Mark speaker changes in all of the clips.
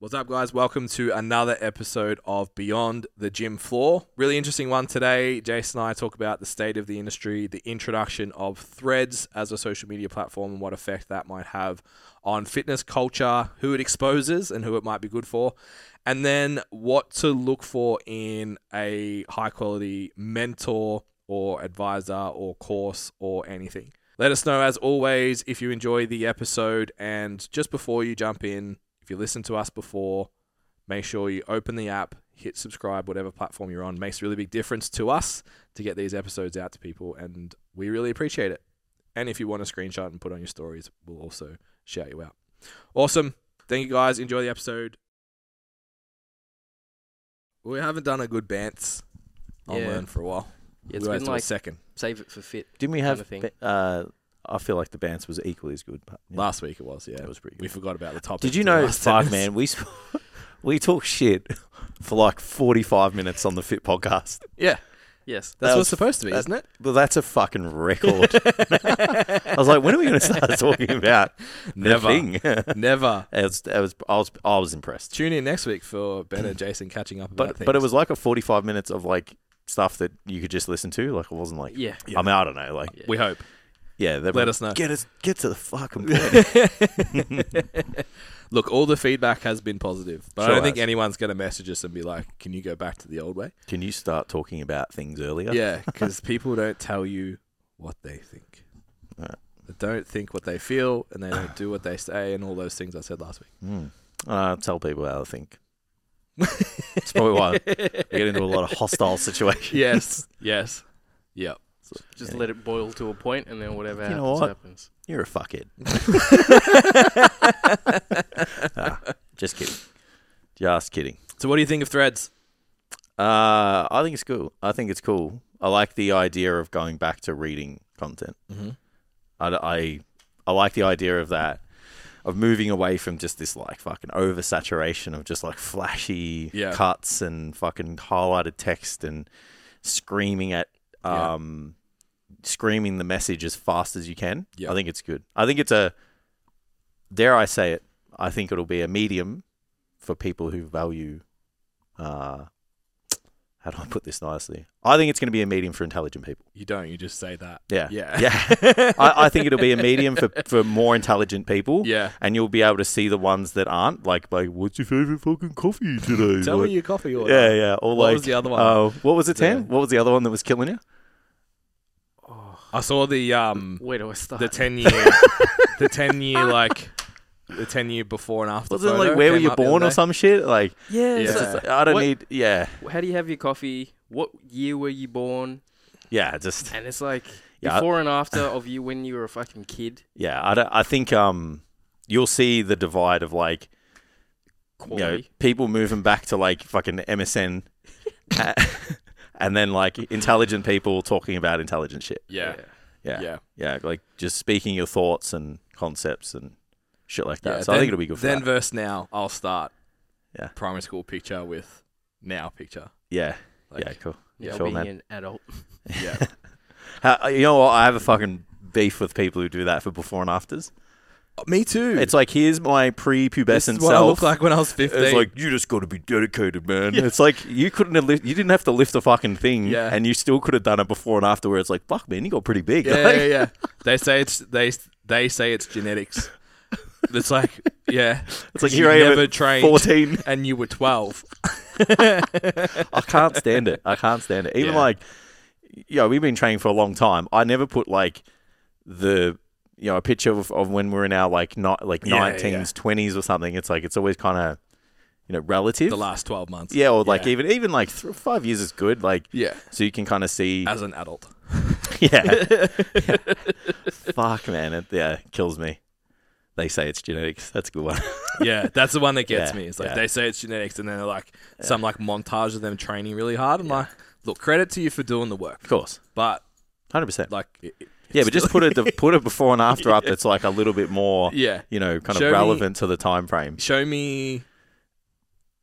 Speaker 1: What's up, guys? Welcome to another episode of Beyond the Gym Floor. Really interesting one today. Jason and I talk about the state of the industry, the introduction of threads as a social media platform, and what effect that might have on fitness culture, who it exposes, and who it might be good for, and then what to look for in a high quality mentor or advisor or course or anything. Let us know, as always, if you enjoy the episode. And just before you jump in, if you listened to us before, make sure you open the app, hit subscribe, whatever platform you're on. makes a really big difference to us to get these episodes out to people, and we really appreciate it. And if you want a screenshot and put on your stories, we'll also shout you out. Awesome. Thank you guys. Enjoy the episode. We haven't done a good bants on
Speaker 2: Yeah.
Speaker 1: learn for a while.
Speaker 2: Yeah, it's
Speaker 1: we
Speaker 2: been
Speaker 1: went
Speaker 2: like
Speaker 1: a second
Speaker 2: save it for fit.
Speaker 3: Didn't we
Speaker 2: kind
Speaker 3: have?
Speaker 2: of thing.
Speaker 3: ba- Uh, I feel like the bounce was equally as good. But, yeah,
Speaker 1: last week. It was yeah.
Speaker 3: that was pretty
Speaker 1: we
Speaker 3: good.
Speaker 1: forgot about the topic.
Speaker 3: Did you
Speaker 1: for the
Speaker 3: know,
Speaker 1: last
Speaker 3: fuck
Speaker 1: sentence.
Speaker 3: man, we sp- we talk shit for like forty five minutes on the Fit podcast.
Speaker 1: Yeah,
Speaker 2: Yes.
Speaker 1: that's
Speaker 3: That
Speaker 1: what
Speaker 3: was-
Speaker 1: it's supposed to be,
Speaker 3: that-
Speaker 1: isn't it?
Speaker 3: Well, that's a fucking record. I was like, when are we going to start talking about
Speaker 1: Never.
Speaker 3: nothing?
Speaker 1: Never.
Speaker 3: was, it was, I was, I was impressed.
Speaker 1: Tune in next week for Ben and Jason catching up about
Speaker 3: But
Speaker 1: things.
Speaker 3: but it was like a forty five minutes of like stuff that you could just listen to. Like it wasn't like
Speaker 2: Yeah.
Speaker 3: I mean, I don't know. Like
Speaker 2: Yeah.
Speaker 1: we hope.
Speaker 3: yeah, they
Speaker 1: Let us know.
Speaker 3: Get us get to the fucking point.
Speaker 1: Look, all the feedback has been positive, but I
Speaker 3: Sure
Speaker 1: don't think
Speaker 3: has.
Speaker 1: anyone's going to message us and be like, "Can you go back to the old way?"
Speaker 3: Can you start talking about things earlier?
Speaker 1: Yeah, because people don't tell you what they think.
Speaker 3: Alright.
Speaker 1: They don't think what they feel, and they don't do what they say, and all those things I said last week.
Speaker 3: Mm. Uh, tell people how to think. It's probably why we get into a lot of hostile situations.
Speaker 1: yes, yes, yep.
Speaker 2: Just
Speaker 3: Yeah.
Speaker 2: let it boil to a point and then whatever
Speaker 3: You know
Speaker 2: happens
Speaker 3: what?
Speaker 2: happens.
Speaker 3: You're a fuckhead. Ah, just kidding. Just kidding.
Speaker 1: So, what do you think of Threads?
Speaker 3: Uh, I think it's cool. I think it's cool. I like the idea of going back to reading content.
Speaker 1: Mm-hmm.
Speaker 3: I, I, I like the idea of that, of moving away from just this like fucking oversaturation of just like flashy
Speaker 1: Yeah.
Speaker 3: cuts and fucking highlighted text and screaming at,
Speaker 1: Yeah.
Speaker 3: um, screaming the message as fast as you can.
Speaker 1: Yeah.
Speaker 3: I think it's good. I think it's a, dare I say it, I think it'll be a medium for people who value, uh, how do I put this nicely? I think it's going to be a medium for intelligent people.
Speaker 1: You don't. You just say that.
Speaker 3: Yeah.
Speaker 1: Yeah.
Speaker 3: Yeah. I, I think it'll be a medium for, for more intelligent people.
Speaker 1: Yeah.
Speaker 3: And you'll be able to see the ones that aren't. Like, like what's your favorite fucking coffee today?
Speaker 1: Tell
Speaker 3: Like-
Speaker 1: me your coffee order.
Speaker 3: yeah, yeah. Or
Speaker 1: What
Speaker 3: like,
Speaker 1: was the other one?
Speaker 3: Oh, what was it,
Speaker 1: The-
Speaker 3: Tam? What was the other one that was killing you?
Speaker 1: I saw the um
Speaker 2: Oh, Where do I start?
Speaker 1: the ten year the ten year like the ten year before and after.
Speaker 3: Was it
Speaker 1: photo
Speaker 3: like where were
Speaker 1: came
Speaker 3: you
Speaker 1: up the
Speaker 3: born
Speaker 1: other
Speaker 3: or
Speaker 1: day.
Speaker 3: some shit? Like,
Speaker 2: yeah.
Speaker 1: Yeah.
Speaker 3: it's
Speaker 2: it's
Speaker 3: just- I don't
Speaker 2: What-
Speaker 3: need. Yeah,
Speaker 2: like, how do you have your coffee? What year were you born?
Speaker 3: yeah. Just
Speaker 2: And it's like
Speaker 3: Yeah, I-
Speaker 2: before and after of you when you were a fucking kid.
Speaker 3: yeah. I don't, I think um, you'll see the divide of like you know,
Speaker 2: Quality.
Speaker 3: people moving back to like fucking MSN, uh, and then like intelligent people talking about intelligent shit.
Speaker 1: Yeah. Yeah.
Speaker 3: Yeah, yeah, like just speaking your thoughts and concepts and shit like that.
Speaker 1: Yeah,
Speaker 3: so I think it'll be good for
Speaker 1: Then
Speaker 3: that.
Speaker 1: verse now. I'll start.
Speaker 3: Yeah.
Speaker 1: Primary school picture with now picture.
Speaker 3: yeah,
Speaker 1: Like,
Speaker 3: yeah, cool.
Speaker 2: Now
Speaker 3: sure,
Speaker 2: being
Speaker 3: man.
Speaker 2: an adult.
Speaker 1: yeah.
Speaker 3: How, you know what? I have a fucking beef with people who do that for before and afters.
Speaker 1: Me too.
Speaker 3: It's like here's my
Speaker 1: this is
Speaker 3: pre-pubescent
Speaker 1: what I
Speaker 3: self.
Speaker 1: looked like when I was fifteen.
Speaker 3: It's like you just got to be dedicated, man. It's like you couldn't have lift, you didn't have to lift the fucking thing,
Speaker 1: Yeah.
Speaker 3: and you still could have done it before and after. Where it's like, fuck, man, you got pretty big.
Speaker 1: yeah,
Speaker 3: Like-
Speaker 1: yeah, yeah. They say it's they they say it's genetics. It's like yeah.
Speaker 3: It's like
Speaker 1: You
Speaker 3: here I am
Speaker 1: never
Speaker 3: at
Speaker 1: trained.
Speaker 3: 14.
Speaker 1: And you were twelve.
Speaker 3: I can't stand it. I can't stand it. Even
Speaker 1: Yeah.
Speaker 3: like, you know, we've been training for a long time. I never put like the, you know, a picture of, of when we're in our like not like
Speaker 1: Yeah, yeah,
Speaker 3: 19s,
Speaker 1: yeah.
Speaker 3: 20s or something. It's like, it's always kind of, you know, relative.
Speaker 1: The last twelve months.
Speaker 3: yeah. Or like
Speaker 1: Yeah.
Speaker 3: even, even like th- five years is good. Like,
Speaker 1: Yeah.
Speaker 3: so you can kind of see.
Speaker 1: As an adult.
Speaker 3: yeah. Yeah. Fuck, man. It, yeah. it Kills me. They say it's genetics. That's a good one.
Speaker 1: Yeah, that's the one that gets
Speaker 3: Yeah,
Speaker 1: me. It's like
Speaker 3: yeah.
Speaker 1: they say it's genetics, and then they're like some like montage of them training really hard. I'm like, look, credit to you for doing the work,
Speaker 3: Of course.
Speaker 1: but
Speaker 3: 100%.
Speaker 1: like, it- it-
Speaker 3: yeah,
Speaker 1: it's
Speaker 3: but just
Speaker 1: still-
Speaker 3: put it put it before and after up that's like a little bit more
Speaker 1: yeah,
Speaker 3: you know, kind
Speaker 1: Show me-
Speaker 3: of relevant to the time frame.
Speaker 1: show me,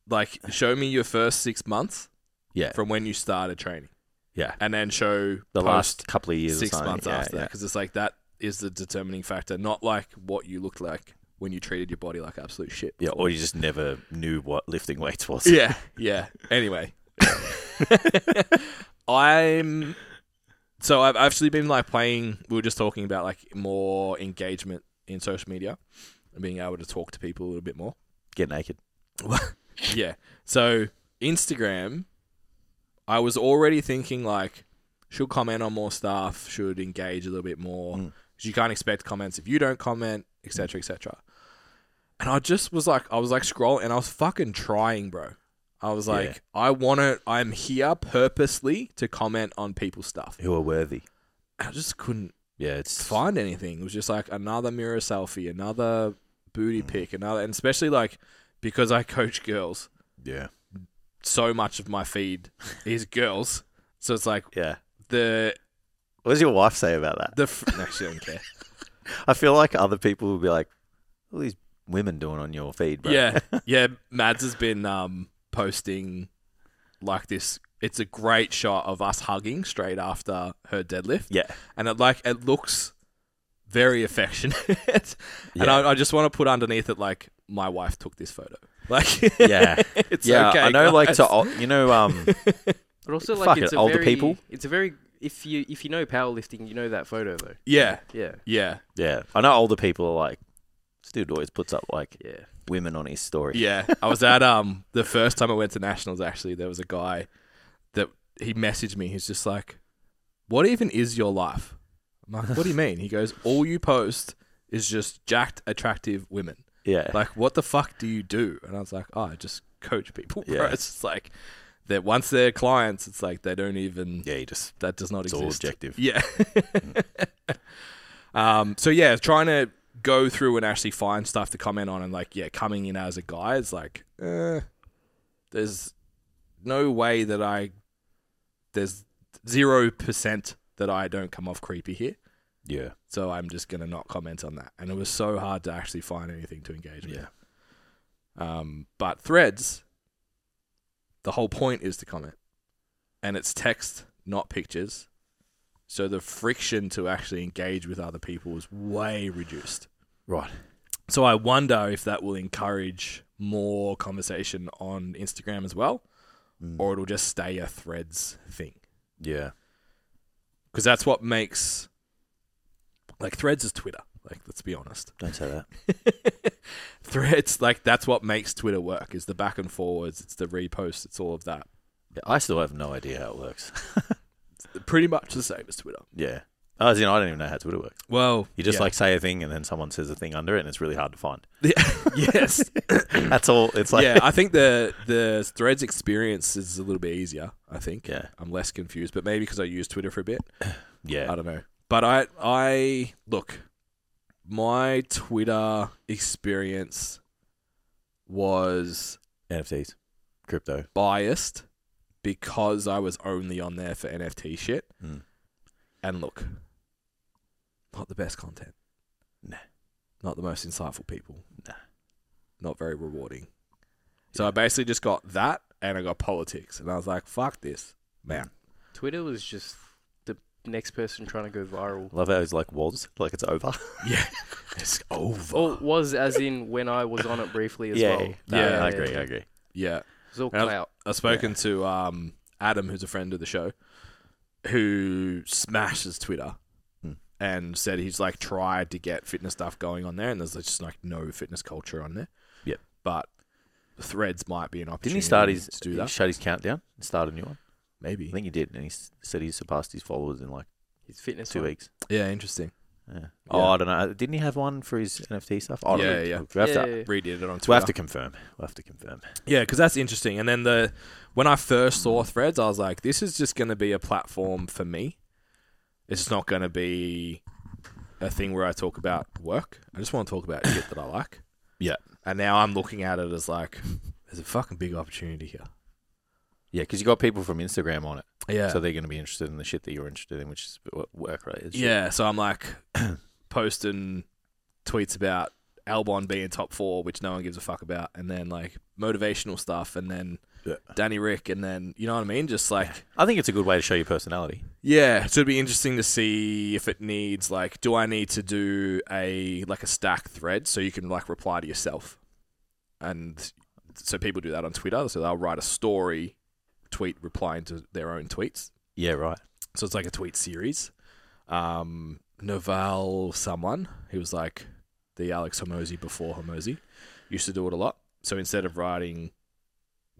Speaker 1: like, show me your first six months,
Speaker 3: Yeah.
Speaker 1: from when you started training,
Speaker 3: Yeah.
Speaker 1: and then show
Speaker 3: The
Speaker 1: post
Speaker 3: last couple of years, or
Speaker 1: six
Speaker 3: something.
Speaker 1: months
Speaker 3: yeah,
Speaker 1: after that, because it's like that is the determining factor, not like what you looked like when you treated your body like absolute shit.
Speaker 3: Yeah, or you just never knew what lifting weights was.
Speaker 1: Yeah, yeah. Anyway, I'm. So I've actually been like playing. We were just talking about like more engagement in social media and being able to talk to people a little bit more.
Speaker 3: Get naked.
Speaker 1: Yeah. So Instagram, I was already thinking like, should comment on more stuff, should engage a little bit more.
Speaker 3: Mm.
Speaker 1: 'cause You can't expect comments if you don't comment, etc., etc. And I just was like, I was like scrolling, and I was fucking trying, bro. I was
Speaker 3: Yeah.
Speaker 1: like, I want to. I'm here purposely to comment on people's stuff.
Speaker 3: Who are worthy?
Speaker 1: I just couldn't
Speaker 3: Yeah, it's
Speaker 1: find anything. It was just like another mirror selfie, another booty
Speaker 3: Mm.
Speaker 1: pic, another, and especially like because I coach girls
Speaker 3: Yeah,
Speaker 1: so much of my feed is girls. So it's like
Speaker 3: yeah.
Speaker 1: the
Speaker 3: What does your wife say about that?
Speaker 1: the f- no, she don't care.
Speaker 3: I feel like other people will be like, "What are these women doing on your feed, bro?"
Speaker 1: Yeah, yeah. Mads has been um, posting like this. It's a great shot of us hugging straight after her deadlift,
Speaker 3: yeah,
Speaker 1: and it like it looks very affectionate. and
Speaker 3: Yeah.
Speaker 1: I, I just want to put underneath it like my wife took this photo. Like
Speaker 3: Yeah.
Speaker 1: it's
Speaker 3: yeah.
Speaker 1: okay,
Speaker 3: I know, like
Speaker 1: guys.
Speaker 3: to ol- you know, um,
Speaker 2: But also,
Speaker 3: Fuck
Speaker 2: like, it's
Speaker 3: it,
Speaker 2: a
Speaker 3: older
Speaker 2: very,
Speaker 3: people.
Speaker 2: It's a very if you if you know powerlifting, you know that photo though.
Speaker 1: yeah,
Speaker 2: Yeah,
Speaker 1: yeah,
Speaker 3: yeah, I know older people are like, dude always puts up like
Speaker 2: yeah.
Speaker 3: women on his story.
Speaker 1: Yeah, I was at um the first time I went to nationals. Actually, there was a guy that he messaged me. He's just like, "What even is your life?" I'm like, "What do you mean?" He goes, "All you post is just jacked, attractive women.
Speaker 3: yeah,
Speaker 1: Like, what the fuck do you do?" And I was like, "Oh, I just coach people, bro.
Speaker 3: Yeah.
Speaker 1: It's just like that. Once they're clients, it's like they don't even
Speaker 3: yeah. You just
Speaker 1: that does not
Speaker 3: it's all
Speaker 1: exist.
Speaker 3: objective.
Speaker 1: Yeah. um, so yeah, trying to go through and actually find stuff to comment on, and like yeah, coming in as a guy is like, eh, there's no way that I, there's zero percent that I don't come off creepy here.
Speaker 3: Yeah,
Speaker 1: So I'm just gonna not comment on that. And it was so hard to actually find anything to engage with.
Speaker 3: yeah.
Speaker 1: Um, but threads, the whole point is to comment, and it's text, not pictures. So the friction to actually engage with other people is way reduced.
Speaker 3: Right.
Speaker 1: So I wonder if that will encourage more conversation on Instagram as well,
Speaker 3: Mm.
Speaker 1: or it'll just stay a threads thing
Speaker 3: yeah,
Speaker 1: because that's what makes like threads is Twitter. Like let's be honest.
Speaker 3: don't say that.
Speaker 1: threads like that's what makes twitter work is the back and forwards it's the reposts it's all of that
Speaker 3: Yeah, I still have no idea how it works.
Speaker 1: pretty much the same as twitter
Speaker 3: yeah, Oh, as in, I don't even know how Twitter works.
Speaker 1: well
Speaker 3: You just like say a thing, and then someone says a thing under it, and it's really hard to find.
Speaker 1: yes
Speaker 3: That's all. It's like
Speaker 1: yeah i think the the threads experience is a little bit easier i think
Speaker 3: yeah,
Speaker 1: i'm less confused but maybe because i use twitter for a bit
Speaker 3: yeah.
Speaker 2: Uh,
Speaker 1: i don't know but i i look my twitter experience was
Speaker 3: NFTs, crypto.
Speaker 1: biased because i was only on there for nft shit
Speaker 3: Mm.
Speaker 1: And look, not the best content.
Speaker 3: Nah.
Speaker 1: Not the most insightful people.
Speaker 3: Nah.
Speaker 1: Not very rewarding. So I basically just got that and I got politics. And I was like, fuck this. Man.
Speaker 2: Twitter was just the next person trying to go viral.
Speaker 3: Love how it's like was like it's over.
Speaker 1: Yeah. it's over.
Speaker 2: Or was as in when I was on it briefly as well.
Speaker 3: No,
Speaker 1: Yeah.
Speaker 3: I agree. I agree.
Speaker 1: Yeah.
Speaker 2: It's all
Speaker 1: And I-
Speaker 2: clout.
Speaker 1: I've spoken to um, Adam, who's a friend of the show, who smashes Twitter
Speaker 3: Hmm.
Speaker 1: and said he's like tried to get fitness stuff going on there and there's just like no fitness culture on there.
Speaker 3: Yep.
Speaker 1: But threads might be an opportunity
Speaker 3: Didn't he start his?
Speaker 1: to do
Speaker 3: he
Speaker 1: that.
Speaker 3: shut his countdown and start a new one.
Speaker 1: Maybe.
Speaker 3: I think he did, and he s- said he surpassed his followers in like
Speaker 2: His fitness.
Speaker 3: two
Speaker 2: one.
Speaker 3: weeks.
Speaker 1: Yeah, interesting.
Speaker 3: Yeah. Oh,
Speaker 1: Yeah.
Speaker 3: I don't know. Didn't he have one for his NFT stuff? I don't
Speaker 1: Yeah,
Speaker 3: know.
Speaker 1: yeah.
Speaker 3: We have to.
Speaker 2: Yeah.
Speaker 1: Redid it on Twitter.
Speaker 3: We have to confirm. We have to confirm.
Speaker 1: Yeah, because that's interesting. And then the when I first saw Threads, I was like, this is just going to be a platform for me. It's not going to be a thing where I talk about work. I just want to talk about shit that I like.
Speaker 3: Yeah.
Speaker 1: And now I'm looking at it as like, there's a fucking big opportunity here.
Speaker 3: Yeah, because you got people from Instagram on it,
Speaker 1: Yeah.
Speaker 3: so they're going to be interested in the shit that you're interested in, which is work related.
Speaker 1: yeah. So I'm like posting tweets about Albon being top four, which no one gives a fuck about, and then like motivational stuff, and then
Speaker 3: Yeah.
Speaker 1: Danny Rick, and then you know what I mean? Just like
Speaker 3: I think it's a good way to show your personality.
Speaker 1: yeah, so it'd be interesting to see if it needs like, do I need to do a like a stack thread so you can like reply to yourself, and so people do that on Twitter, so they'll write a story, tweet replying to their own tweets,
Speaker 3: Yeah, right.
Speaker 1: so it's like a tweet series. Um, Naval, someone who was like the Alex Hormozy before Hormozy, used to do it a lot. So instead of writing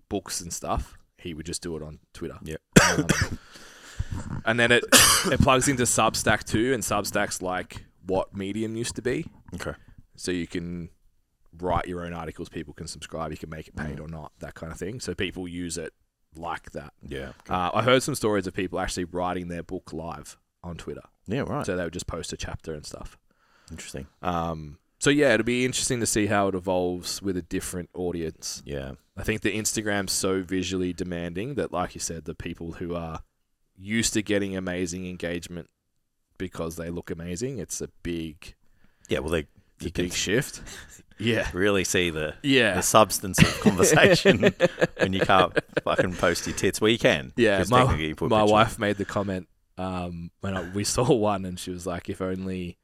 Speaker 1: books and stuff, he would just do it on Twitter.
Speaker 3: Yep.
Speaker 1: Um, and then it it plugs into Substack too, and Substack's like what Medium used to be.
Speaker 3: Okay.
Speaker 1: So you can write your own articles, people can subscribe, you can make it paid or not, that kind of thing. So people use it like that.
Speaker 3: Yeah.
Speaker 1: Uh, I heard some stories of people actually writing their book live on Twitter.
Speaker 3: yeah, right.
Speaker 1: So they would just post a chapter and stuff.
Speaker 3: Interesting.
Speaker 1: Um, so yeah, it'll be interesting to see how it evolves with a different audience.
Speaker 3: Yeah.
Speaker 1: I think the Instagram's so visually demanding that, like you said, the people who are used to getting amazing engagement because they look amazing, it's a big,
Speaker 3: Yeah, well, they
Speaker 1: it's a
Speaker 3: you can
Speaker 1: big shift. yeah,
Speaker 3: really see the, the
Speaker 1: yeah,
Speaker 3: substance of conversation when you can't fucking post your tits. Well, you can.
Speaker 1: yeah.
Speaker 3: 'cause
Speaker 1: My,
Speaker 3: technically you put
Speaker 1: my
Speaker 3: pictures.
Speaker 1: wife made the comment um, when I, we saw one, and she was like, "If only,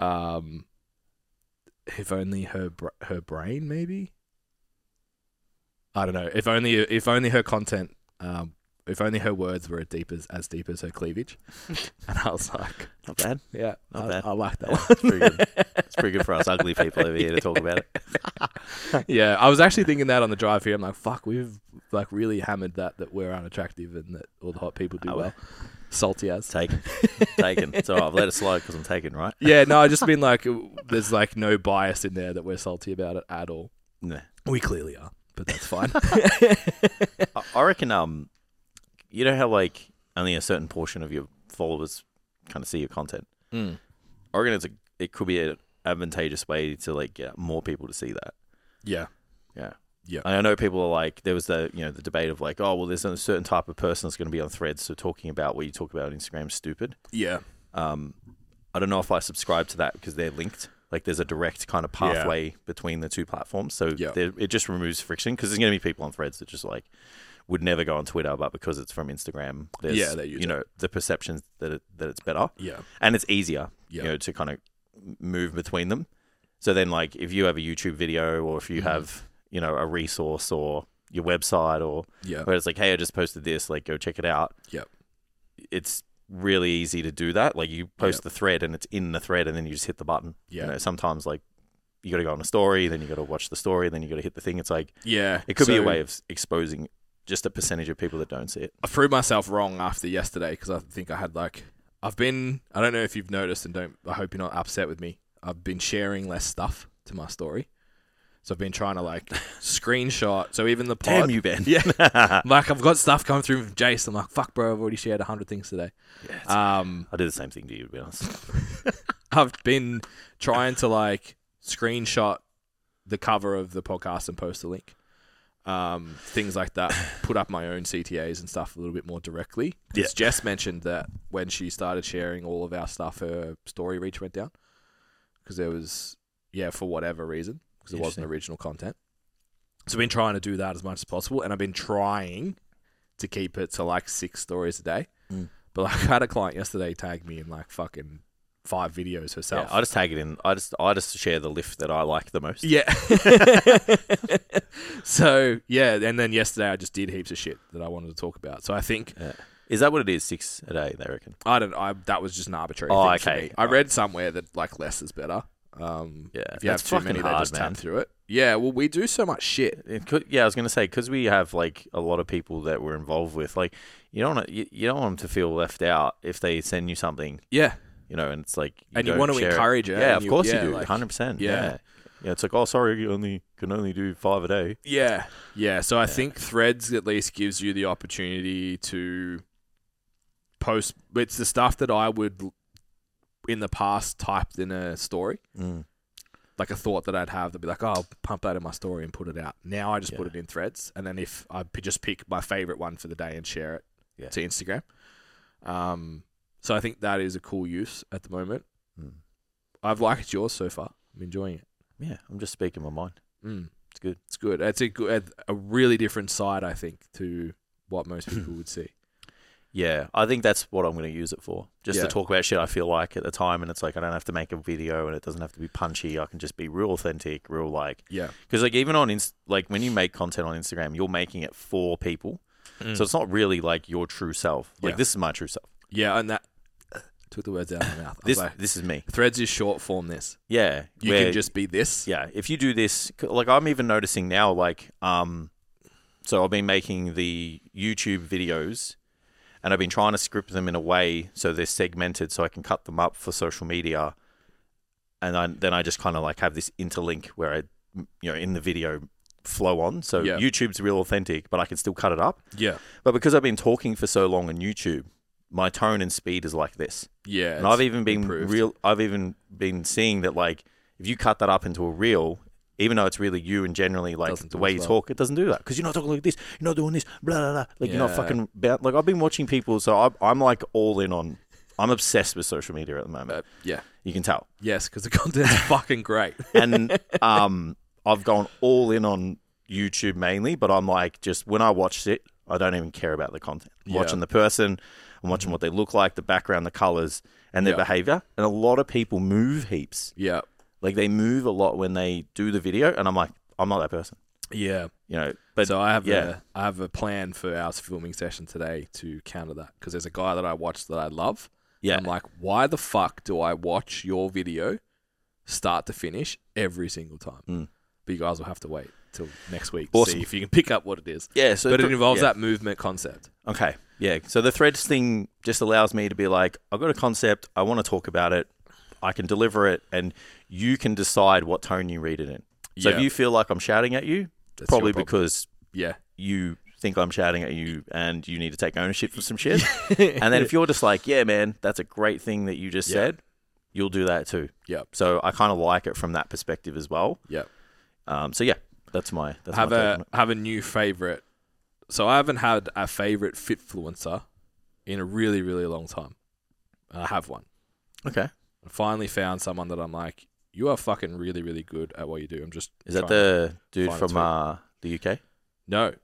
Speaker 1: um, if only her br- her brain, maybe. I don't know. If only if only her content, um, if only her words were as deep as as deep as her cleavage." and I was like,
Speaker 3: Not bad.
Speaker 1: "Yeah,
Speaker 3: Not
Speaker 1: I,
Speaker 3: bad.
Speaker 1: I like that
Speaker 3: Yeah,
Speaker 1: one."
Speaker 3: it's pretty good. It's pretty good for us ugly people over here to talk about it.
Speaker 1: yeah, I was actually thinking that on the drive here. I'm like, "Fuck, we've like really hammered that that we're unattractive and that all the hot people do
Speaker 3: Oh, well.
Speaker 1: well." Salty as.
Speaker 3: Taken. Taken. It's all right. I've let it slide because I'm taken, right?
Speaker 1: Yeah, no, I just mean like there's like no bias in there that we're salty about it at all.
Speaker 3: Nah.
Speaker 1: We clearly are, but that's fine.
Speaker 3: I, I reckon um, you know how like only a certain portion of your followers kind of see your content. I reckon it's a, it could be an advantageous way to like get more people to see that.
Speaker 1: Yeah,
Speaker 3: Yeah.
Speaker 1: Yeah.
Speaker 3: And I know people are like, there was the, you know, the debate of like, oh, well, there's a certain type of person that's going to be on threads. So talking about what you talk about on Instagram is stupid.
Speaker 1: yeah,
Speaker 3: Um, I don't know if I subscribe to that because they're linked. Like there's a direct kind of
Speaker 1: Yeah.
Speaker 3: pathway between the two platforms. So
Speaker 1: Yeah.
Speaker 3: there it just removes friction because there's going to be people on threads that just like would never go on Twitter, but because it's from Instagram, there's,
Speaker 1: Yeah, they use
Speaker 3: you know, the perception that, it, that it's better
Speaker 1: yeah,
Speaker 3: and it's easier,
Speaker 1: Yeah.
Speaker 3: you know, to kind of move between them. So then, like, if you have a YouTube video or if you
Speaker 1: Mm-hmm.
Speaker 3: have, you know, a resource or your website or
Speaker 1: yeah,
Speaker 3: where it's like, hey, I just posted this, like, go check it out.
Speaker 1: Yep.
Speaker 3: It's really easy to do that. Like, you post
Speaker 1: Yep.
Speaker 3: the thread and it's in the thread, and then you just hit the button.
Speaker 1: Yeah.
Speaker 3: You know, sometimes like you got to go on a story, then you got to watch the story, then you got to hit the thing. It's like
Speaker 1: yeah.
Speaker 3: it could be a
Speaker 1: So,
Speaker 3: way of s- exposing just a percentage of people that don't see it.
Speaker 1: I proved myself wrong after yesterday because I think I had like I've been. I don't know if you've noticed, and don't. I hope you're not upset with me. I've been sharing less stuff to my story, so I've been trying to like screenshot. So even the pod,
Speaker 3: Damn you, Ben.
Speaker 1: Yeah.
Speaker 3: yeah.
Speaker 1: like I've got stuff coming through from Jason. I'm like, fuck, bro, I've already shared hundred things today.
Speaker 3: it's-
Speaker 1: Um.
Speaker 3: I do the same thing to you, to be honest.
Speaker 1: I've been trying to like screenshot the cover of the podcast and post a link. Um, things like that. Put up my own CTAs and stuff a little bit more directly. 'Cause
Speaker 3: Yeah.
Speaker 1: Jess mentioned that when she started sharing all of our stuff, her story reach went down because there was yeah for whatever reason because it wasn't
Speaker 3: Interesting.
Speaker 1: original content. So I've been trying to do that as much as possible, and I've been trying to keep it to like six stories a day.
Speaker 3: Mm.
Speaker 1: But like, I had a client yesterday tag me in like fucking five videos herself.
Speaker 3: Yeah, I just tag it in. I just I just share the lift that I like the most.
Speaker 1: Yeah. so yeah, and then yesterday I just did heaps of shit that I wanted to talk about. So I think
Speaker 3: Is that what it is? Six a day, they reckon.
Speaker 1: I don't. I that was just an arbitrary.
Speaker 3: Oh,
Speaker 1: thing for
Speaker 3: okay.
Speaker 1: me. I read somewhere that like less is better. Um,
Speaker 3: Yeah,
Speaker 1: if you
Speaker 3: that's
Speaker 1: have too
Speaker 3: fucking
Speaker 1: many, they
Speaker 3: hard,
Speaker 1: just
Speaker 3: man.
Speaker 1: tap through it. Yeah. Well, we do so much shit.
Speaker 3: It could, yeah, I was gonna say because we have like a lot of people that we're involved with. Like you don't want you, you don't want them to feel left out if they send you something,
Speaker 1: Yeah.
Speaker 3: you know, and it's like you
Speaker 1: And you
Speaker 3: don't
Speaker 1: want to
Speaker 3: share it.
Speaker 1: encourage it.
Speaker 3: Yeah,
Speaker 1: and
Speaker 3: of course
Speaker 1: yeah,
Speaker 3: you do,
Speaker 1: like-
Speaker 3: hundred percent.
Speaker 1: yeah.
Speaker 3: Yeah. yeah, it's like oh, sorry, you only can only do five a day.
Speaker 1: Yeah. Yeah. So I think Threads at least gives you the opportunity to post. It's the stuff that I would l- in the past typed in a story,
Speaker 3: Mm.
Speaker 1: like a thought that I'd have that'd be like, oh, I'll pump that in my story and put it out. Now I just put
Speaker 3: Yeah.
Speaker 1: it in Threads. And then if I p- just pick my favorite one for the day and share it
Speaker 3: Yeah.
Speaker 1: to Instagram. Um, so I think that is a cool use at the moment.
Speaker 3: Mm.
Speaker 1: I've liked yours so far. I'm enjoying it.
Speaker 3: yeah, I'm just speaking my mind.
Speaker 1: Mm.
Speaker 3: It's good.
Speaker 1: It's good. It's a good, a really different side, I think, to what most people would see.
Speaker 3: Yeah, I think that's what I'm going to use it for. Just
Speaker 1: Yeah.
Speaker 3: to talk about shit I feel like at the time, and it's like I don't have to make a video, and it doesn't have to be punchy. I can just be real authentic, real like
Speaker 1: Yeah.
Speaker 3: because like even on Inst- like when you make content on Instagram, you're making it for people,
Speaker 1: Mm.
Speaker 3: so it's not really like your true self. Like
Speaker 1: Yeah.
Speaker 3: this is my true self.
Speaker 1: yeah, and that took the words out of my mouth. I was
Speaker 3: This
Speaker 1: like,
Speaker 3: this is me.
Speaker 1: Threads is short form. This
Speaker 3: Yeah,
Speaker 1: you
Speaker 3: where-
Speaker 1: can just be this.
Speaker 3: yeah. If you do this, c- like I'm even noticing now, like um, so I've been making the YouTube videos, and I've been trying to script them in a way so they're segmented, so I can cut them up for social media, and I, then I just kind of like have this interlink where I, you know, in the video flow on. So
Speaker 1: Yeah.
Speaker 3: YouTube's real authentic, but I can still cut it up.
Speaker 1: Yeah,
Speaker 3: But because I've been talking for so long on YouTube, my tone and speed is like this.
Speaker 1: yeah.
Speaker 3: and I've even been
Speaker 1: improved.
Speaker 3: real I've even been seeing that like if you cut that up into a reel, even though it's really you and generally like
Speaker 1: Doesn't
Speaker 3: the
Speaker 1: do
Speaker 3: way
Speaker 1: as
Speaker 3: you
Speaker 1: well.
Speaker 3: talk, it doesn't do that because you're not talking like this. You're not doing this. Blah blah blah. Like you're
Speaker 1: Yeah.
Speaker 3: not fucking ba- like I've been watching people, so I'm, I'm like all in on. I'm obsessed with social media at the moment.
Speaker 1: Uh, yeah.
Speaker 3: You can tell,
Speaker 1: Yes, because the content's fucking great.
Speaker 3: and um, I've gone all in on YouTube mainly, but I'm like just when I watch it, I don't even care about the content. I'm
Speaker 1: Yeah. Mm-hmm.
Speaker 3: watching the person, I'm watching what they look like, the background, the colors, and their
Speaker 1: Yeah.
Speaker 3: behavior. And a lot of people move heaps.
Speaker 1: Yeah,
Speaker 3: Like they move a lot when they do the video, and I'm like, I'm not that person,
Speaker 1: yeah.
Speaker 3: you know. But
Speaker 1: so I have
Speaker 3: yeah.
Speaker 1: a I have a plan for our filming session today to counter that because there's a guy that I watch that I love.
Speaker 3: yeah,
Speaker 1: I'm like, why the fuck do I watch your video, start to finish, every single time?
Speaker 3: Mm.
Speaker 1: But you guys will have to wait till next week to
Speaker 3: Awesome.
Speaker 1: see if you can pick up what it is.
Speaker 3: yeah. So
Speaker 1: but it involves
Speaker 3: yeah.
Speaker 1: that movement concept.
Speaker 3: Okay, yeah. So the threads thing just allows me to be like, I've got a concept, I want to talk about it, I can deliver it, and you can decide what tone you read it in. So
Speaker 1: Yeah.
Speaker 3: if you feel like I'm shouting at you,
Speaker 1: That's
Speaker 3: probably
Speaker 1: your problem.
Speaker 3: because
Speaker 1: yeah,
Speaker 3: you think I'm shouting at you and you need to take ownership for some shit. and then if you're just like, yeah, man, that's a great thing that you just
Speaker 1: Yeah.
Speaker 3: said, you'll do that too.
Speaker 1: yeah,
Speaker 3: So I kind of like it from that perspective as well.
Speaker 1: yeah.
Speaker 3: Um, so yeah, that's my that's
Speaker 1: have
Speaker 3: my take on
Speaker 1: a
Speaker 3: it.
Speaker 1: have a new favorite. So I haven't had a favorite fitfluencer in a really really long time. I have one.
Speaker 3: okay.
Speaker 1: I finally found someone that I'm like, you are fucking really really good at what you do. I'm just
Speaker 3: Is that
Speaker 1: trying-
Speaker 3: the dude
Speaker 1: find
Speaker 3: from
Speaker 1: it.
Speaker 3: uh, the UK?
Speaker 1: no?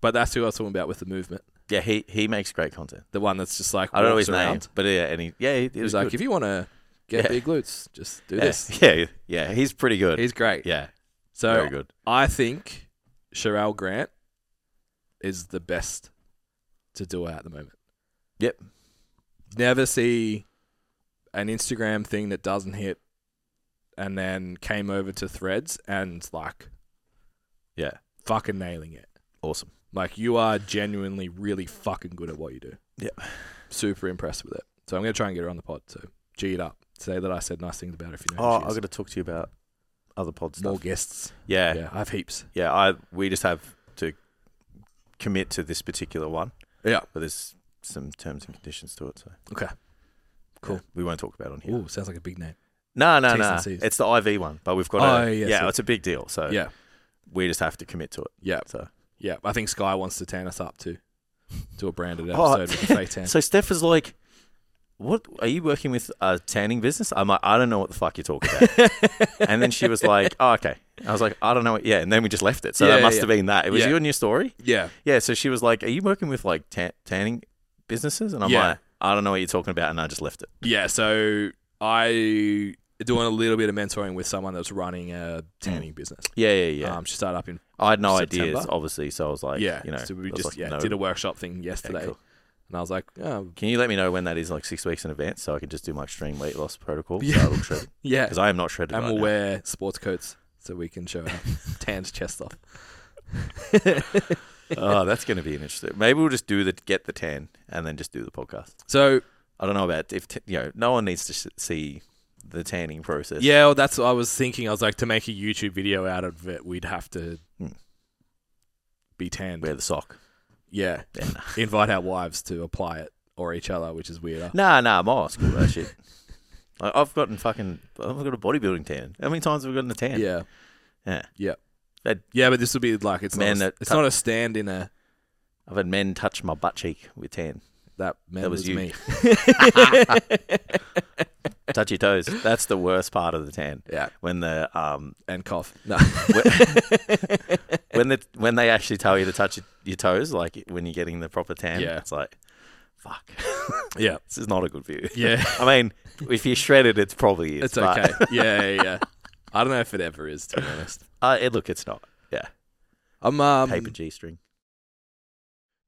Speaker 1: But that's who I was talking about with the movement.
Speaker 3: Yeah, he he makes great content.
Speaker 1: The one that's just like
Speaker 3: I don't know
Speaker 1: walks
Speaker 3: his name,
Speaker 1: around.
Speaker 3: but yeah, and he, yeah, he, he
Speaker 1: He was
Speaker 3: was
Speaker 1: like,
Speaker 3: good.
Speaker 1: if you want to get
Speaker 3: Yeah.
Speaker 1: big glutes, just do
Speaker 3: yeah.
Speaker 1: this.
Speaker 3: Yeah, yeah, he's pretty good.
Speaker 1: He's great.
Speaker 3: yeah,
Speaker 1: so
Speaker 3: very good.
Speaker 1: I think Sherelle Grant is the best to do it at the moment.
Speaker 3: Yep.
Speaker 1: Never see an Instagram thing that doesn't hit and then came over to threads and like
Speaker 3: Yeah,
Speaker 1: fucking nailing it.
Speaker 3: awesome.
Speaker 1: Like you are genuinely really fucking good at what you do.
Speaker 3: Yeah.
Speaker 1: Super impressed with it. So I'm gonna try and get her on the pod too. G it up. Say that I said nice things about her if you know.
Speaker 3: Oh,
Speaker 1: who
Speaker 3: I've
Speaker 1: she is.
Speaker 3: got to talk to you about other pod
Speaker 1: more
Speaker 3: stuff.
Speaker 1: guests.
Speaker 3: Yeah, yeah,
Speaker 1: yeah, I have heaps.
Speaker 3: I we just have to commit to this particular one,
Speaker 1: Yeah.
Speaker 3: but there's some terms and conditions to it. So
Speaker 1: Okay. Cool.
Speaker 3: yeah, we won't talk about it on here.
Speaker 1: Ooh, sounds like a big name.
Speaker 3: No, no,
Speaker 1: T's
Speaker 3: no.
Speaker 1: and C's.
Speaker 3: It's the IV one, but we've got
Speaker 1: Oh,
Speaker 3: a,
Speaker 1: yeah,
Speaker 3: yeah,
Speaker 1: so-
Speaker 3: it's a big deal. So
Speaker 1: Yeah.
Speaker 3: we just have to commit to it.
Speaker 1: Yeah.
Speaker 3: So
Speaker 1: Yeah, I think Sky wants to tan us up too. Do a branded
Speaker 3: Oh,
Speaker 1: episode with a fake tan.
Speaker 3: so Steph is like, "What are you working with a tanning business?" I'm like, "I don't know what the fuck you're talking about." and then she was like, "Oh, okay." I was like, "I don't know." What, yeah, and then we just left it. So
Speaker 1: Yeah,
Speaker 3: that must
Speaker 1: yeah.
Speaker 3: have been that. It was
Speaker 1: Yeah.
Speaker 3: your new story.
Speaker 1: yeah,
Speaker 3: Yeah. So she was like, "Are you working with like tan- tanning businesses?" And I'm
Speaker 1: Yeah.
Speaker 3: like, "I don't know what you're talking about," and I just left it.
Speaker 1: yeah. So I doing a little bit of mentoring with someone that's running a tanning business.
Speaker 3: Yeah, yeah, yeah.
Speaker 1: Um, she started up in
Speaker 3: I had no ideas,
Speaker 1: September?
Speaker 3: obviously. So I was like,
Speaker 1: yeah.
Speaker 3: you know,
Speaker 1: so we
Speaker 3: I was
Speaker 1: just
Speaker 3: like,
Speaker 1: yeah
Speaker 3: no.
Speaker 1: did a workshop thing
Speaker 3: Yeah,
Speaker 1: yesterday,
Speaker 3: cool.
Speaker 1: and I was like, oh,
Speaker 3: Can you let me know when that is, like six weeks in advance, so I can just do my extreme weight loss protocol?
Speaker 1: Yeah.
Speaker 3: So I look shredded
Speaker 1: yeah,
Speaker 3: because I am not shredded.
Speaker 1: and
Speaker 3: right
Speaker 1: we'll
Speaker 3: now.
Speaker 1: wear sports coats so we can show our tanned chest off.
Speaker 3: oh, that's going to be an interesting. Maybe we'll just do the get the tan and then just do the podcast.
Speaker 1: So
Speaker 3: I don't know about if t- you know. No one needs to sh- see the tanning process.
Speaker 1: yeah, well, that's what I was thinking. I was like, to make a YouTube video out of it, we'd have to
Speaker 3: Hmm.
Speaker 1: be tanned.
Speaker 3: wear the sock.
Speaker 1: Yeah.
Speaker 3: Yeah, nah.
Speaker 1: invite our wives to apply it or each other, which is weirder.
Speaker 3: nah, nah, I'm all school that shit. Like, I've gotten fucking. I've got a bodybuilding tan. How many times have we gotten a tan?
Speaker 1: Yeah.
Speaker 3: Yeah.
Speaker 1: Yeah.
Speaker 3: That-
Speaker 1: yeah, but this would be like it's
Speaker 3: Man
Speaker 1: not a,
Speaker 3: that
Speaker 1: it's
Speaker 3: cut-
Speaker 1: not a stand in a
Speaker 3: I've had men touch my butt cheek with tan.
Speaker 1: that man
Speaker 3: That
Speaker 1: was,
Speaker 3: was you.
Speaker 1: me.
Speaker 3: Touch your toes. That's the worst part of the tan.
Speaker 1: Yeah.
Speaker 3: When the um
Speaker 1: and cough. No.
Speaker 3: when, when the when they actually tell you to touch your- your toes, like when you're getting the proper tan,
Speaker 1: Yeah.
Speaker 3: it's like, fuck,
Speaker 1: Yeah.
Speaker 3: this is not a good view.
Speaker 1: Yeah.
Speaker 3: I mean, if you shred it, it's probably is,
Speaker 1: It's
Speaker 3: but-
Speaker 1: okay. Yeah, yeah, yeah. I don't know if it ever is, to be honest.
Speaker 3: Uh, it, look, it's not Yeah.
Speaker 1: I'm um,
Speaker 3: paper g string.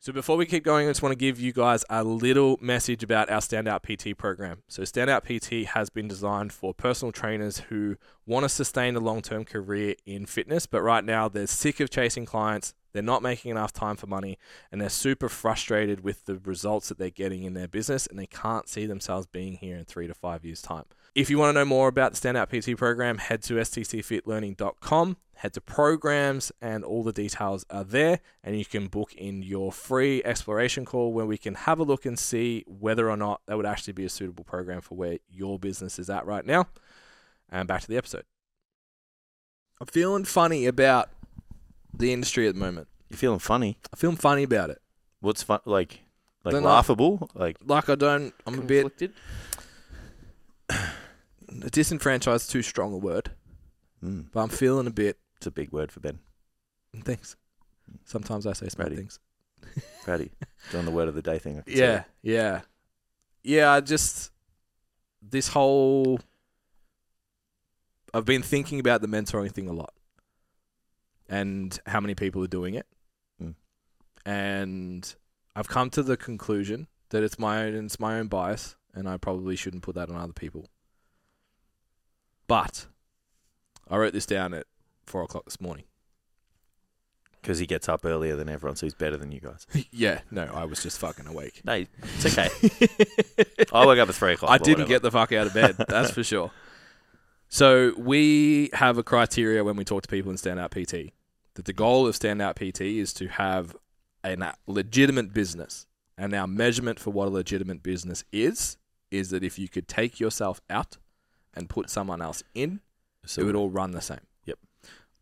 Speaker 1: So before we keep going, I just want to give you guys a little message about our Standout PT program. So Standout PT has been designed for personal trainers who want to sustain a long-term career in fitness, but right now they're sick of chasing clients, they're not making enough time for money, and they're super frustrated with the results that they're getting in their business and they can't see themselves being here in 3 to 5 years time. If you want to know more about the Standout PT program, head to stcfitlearning.com, head to programs, and all the details are there. And you can book in your free exploration call where we can have a look and see whether or not that would actually be a suitable program for where your business is at right now. And back to the episode. I'm feeling funny about the industry at the moment.
Speaker 3: You're feeling funny.
Speaker 1: I'm feeling funny about it.
Speaker 3: What's fun? Like, like
Speaker 1: Dunno.
Speaker 3: laughable? Like,
Speaker 1: Like I don't, I'm a bit
Speaker 2: Conflicted.
Speaker 1: disenfranchised. Too strong a word,
Speaker 3: mm,
Speaker 1: but I'm feeling a bit.
Speaker 3: it's a big word for Ben.
Speaker 1: Thanks. Sometimes I say smart
Speaker 3: Ready.
Speaker 1: things.
Speaker 3: Brady, doing the word of the day thing. I can say.
Speaker 1: Yeah, yeah, yeah. I just this whole. I've been thinking about the mentoring thing a lot, and how many people are doing it,
Speaker 3: Mm.
Speaker 1: and I've come to the conclusion that it's my own it's my own bias, and I probably shouldn't put that on other people. But I wrote this down at four o'clock this morning.
Speaker 3: Because he gets up earlier than everyone, so he's better than you guys.
Speaker 1: yeah, no, I was just fucking awake.
Speaker 3: No, it's okay. I woke up at three o'clock.
Speaker 1: I
Speaker 3: or
Speaker 1: didn't
Speaker 3: whatever.
Speaker 1: get the fuck out of bed. That's for sure. So we have a criteria when we talk to people in Standout PT that the goal of Standout PT is to have a na- legitimate business. And our measurement for what a legitimate business is is that if you could take yourself out and put someone else in,
Speaker 3: So
Speaker 1: it would all run the same.
Speaker 3: Yep.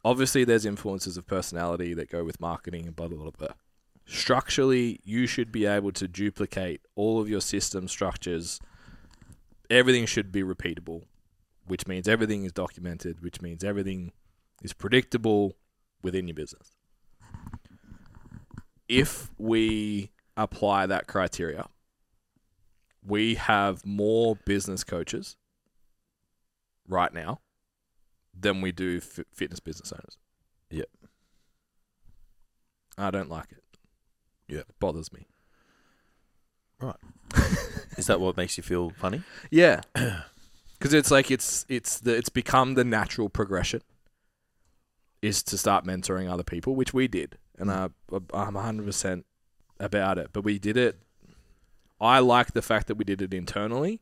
Speaker 1: Obviously, there's influences of personality that go with marketing and blah, blah, blah, blah. Structurally, you should be able to duplicate all of your system structures. Everything should be repeatable, which means everything is documented, which means everything is predictable within your business. If we apply that criteria, we have more business coaches right now than we do f- fitness business owners.
Speaker 3: Yep.
Speaker 1: I don't like it.
Speaker 3: Yep.
Speaker 1: It bothers me.
Speaker 3: Is that what makes you feel funny?
Speaker 1: Yeah. Cuz it's like it's it's the it's become the natural progression is to start mentoring other people, which we did. And I I'm 100% about it, but we did it I like the fact that we did it internally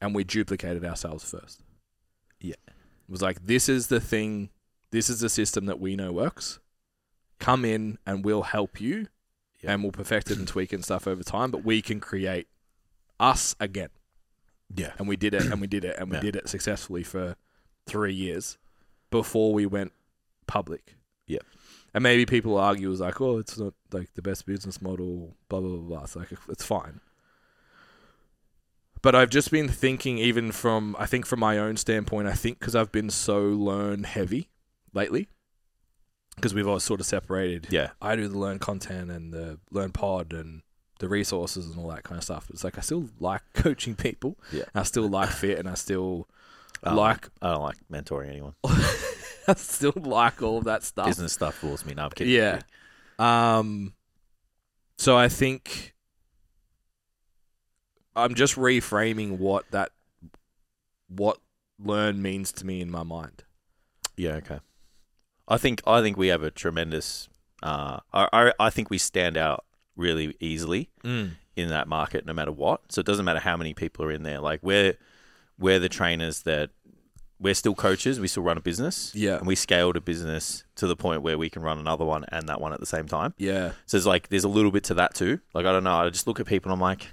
Speaker 1: and we duplicated ourselves first.
Speaker 3: Yeah.
Speaker 1: It was like this is the thing, this is the system that we know works. Come in and we'll help you
Speaker 3: Yeah.
Speaker 1: and we'll perfect it and tweak and stuff over time, but we can create us again.
Speaker 3: Yeah.
Speaker 1: And we did it and we did it and we
Speaker 3: Yeah.
Speaker 1: did it successfully for 3 years before we went public.
Speaker 3: Yep.
Speaker 1: And maybe people argue is like, "Oh, it's not like the best business model, blah blah blah." blah. It's like it's fine but I've just been thinking, even from I think from my own standpoint, I think because I've been so learn heavy lately, because we've all sort of separated.
Speaker 3: Yeah.
Speaker 1: I do the learn content and the learn pod and the resources and all that kind of stuff. But it's like I still like coaching people.
Speaker 3: Yeah. Um,
Speaker 1: I still like fit, and I still
Speaker 3: I don't
Speaker 1: like
Speaker 3: I don't like mentoring anyone.
Speaker 1: I still like all of that stuff.
Speaker 3: Business stuff fools me. No, I'm kidding.
Speaker 1: Yeah. Um, so I think I'm just reframing what that what learn means to me in my mind.
Speaker 3: Yeah. Okay. I think I think we have a tremendous. Uh, I, I I think we stand out really easily
Speaker 1: Mm.
Speaker 3: in that market, no matter what. So it doesn't matter how many people are in there. Like we're we're the trainers that we're still coaches. We still run a business.
Speaker 1: Yeah.
Speaker 3: And we scaled a business to the point where we can run another one and that one at the same time.
Speaker 1: Yeah.
Speaker 3: So it's like there's a little bit to that too. Like I don't know. I just look at people and I'm like,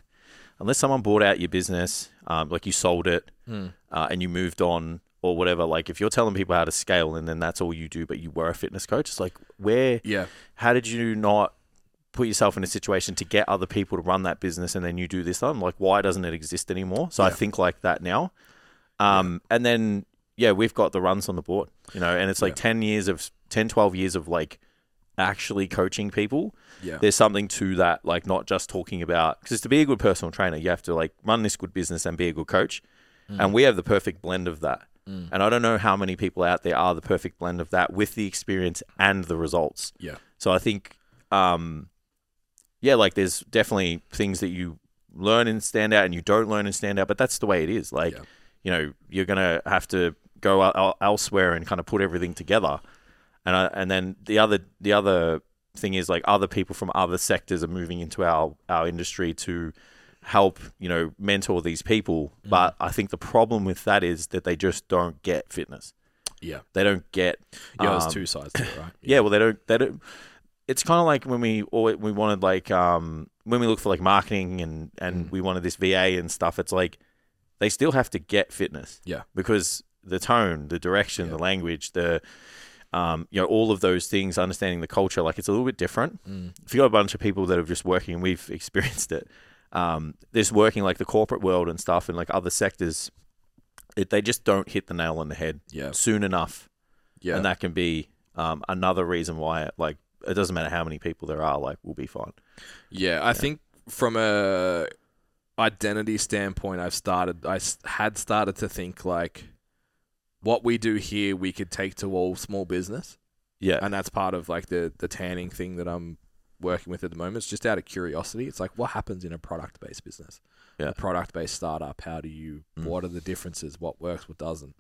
Speaker 3: unless someone bought out your business, um, like you sold it
Speaker 1: Mm.
Speaker 3: uh, and you moved on or whatever. Like if you're telling people how to scale and then that's all you do, but you were a fitness coach, it's like where?
Speaker 1: Yeah.
Speaker 3: How did you not put yourself in a situation to get other people to run that business and then you do this? I'm like, why doesn't it exist anymore? So I
Speaker 1: Yeah.
Speaker 3: think like that now. Um, And then, yeah, we've got the runs on the board, you know, and it's like
Speaker 1: Yeah.
Speaker 3: 10 years of, 10, 12 years of like actually coaching people.
Speaker 1: Yeah.
Speaker 3: There's something to that, like not just talking about, because to be a good personal trainer, you have to like run this good business and be a good coach.
Speaker 1: Mm.
Speaker 3: And we have the perfect blend of that. And I don't know how many people out there are the perfect blend of that with the experience and the results.
Speaker 1: Yeah.
Speaker 3: So I think, um, yeah, like there's definitely things that you learn in standout and you don't learn in standout, but that's the way it is. Like,
Speaker 1: Yeah.
Speaker 3: you know, you're gonna have to go el- el- elsewhere and kind of put everything together. And I, and then the other the other thing is like other people from other sectors are moving into our our industry to help you know mentor these people.
Speaker 1: Mm-hmm.
Speaker 3: But I think the problem with that is that they just don't get fitness.
Speaker 1: Yeah.
Speaker 3: They don't get
Speaker 1: Yeah,
Speaker 3: um,
Speaker 1: there's two sides to it, right?
Speaker 3: yeah, well, they don't. They don't. It's kind of like when we always, we wanted like um when we look for like marketing and and
Speaker 1: Mm.
Speaker 3: we wanted this VA and stuff. It's like they still have to get fitness.
Speaker 1: Yeah.
Speaker 3: because the tone, the direction, the
Speaker 1: Yeah.
Speaker 3: language, the um you know all of those things, understanding the culture, like it's a little bit different.
Speaker 1: Mm.
Speaker 3: If you got a bunch of people that are just working, and we've experienced it. Um, this working like the corporate world and stuff, and like other sectors, it, they just don't hit the nail on the head
Speaker 1: Yeah.
Speaker 3: soon enough
Speaker 1: Mm. Yeah.
Speaker 3: and that can be um, another reason why it, like it doesn't matter how many people there are like we'll be fine
Speaker 1: Yeah, I think from a identity standpoint, I've started. I s- had started to think like, what we do here, we could take to all small business,
Speaker 3: yeah
Speaker 1: and that's part of like the the tanning thing that I'm working with at the moment. It's just out of curiosity. It's like, what happens in a product based business?
Speaker 3: Yeah.
Speaker 1: A product based startup. How do you?
Speaker 3: Mm.
Speaker 1: What are the differences? What works? What doesn't?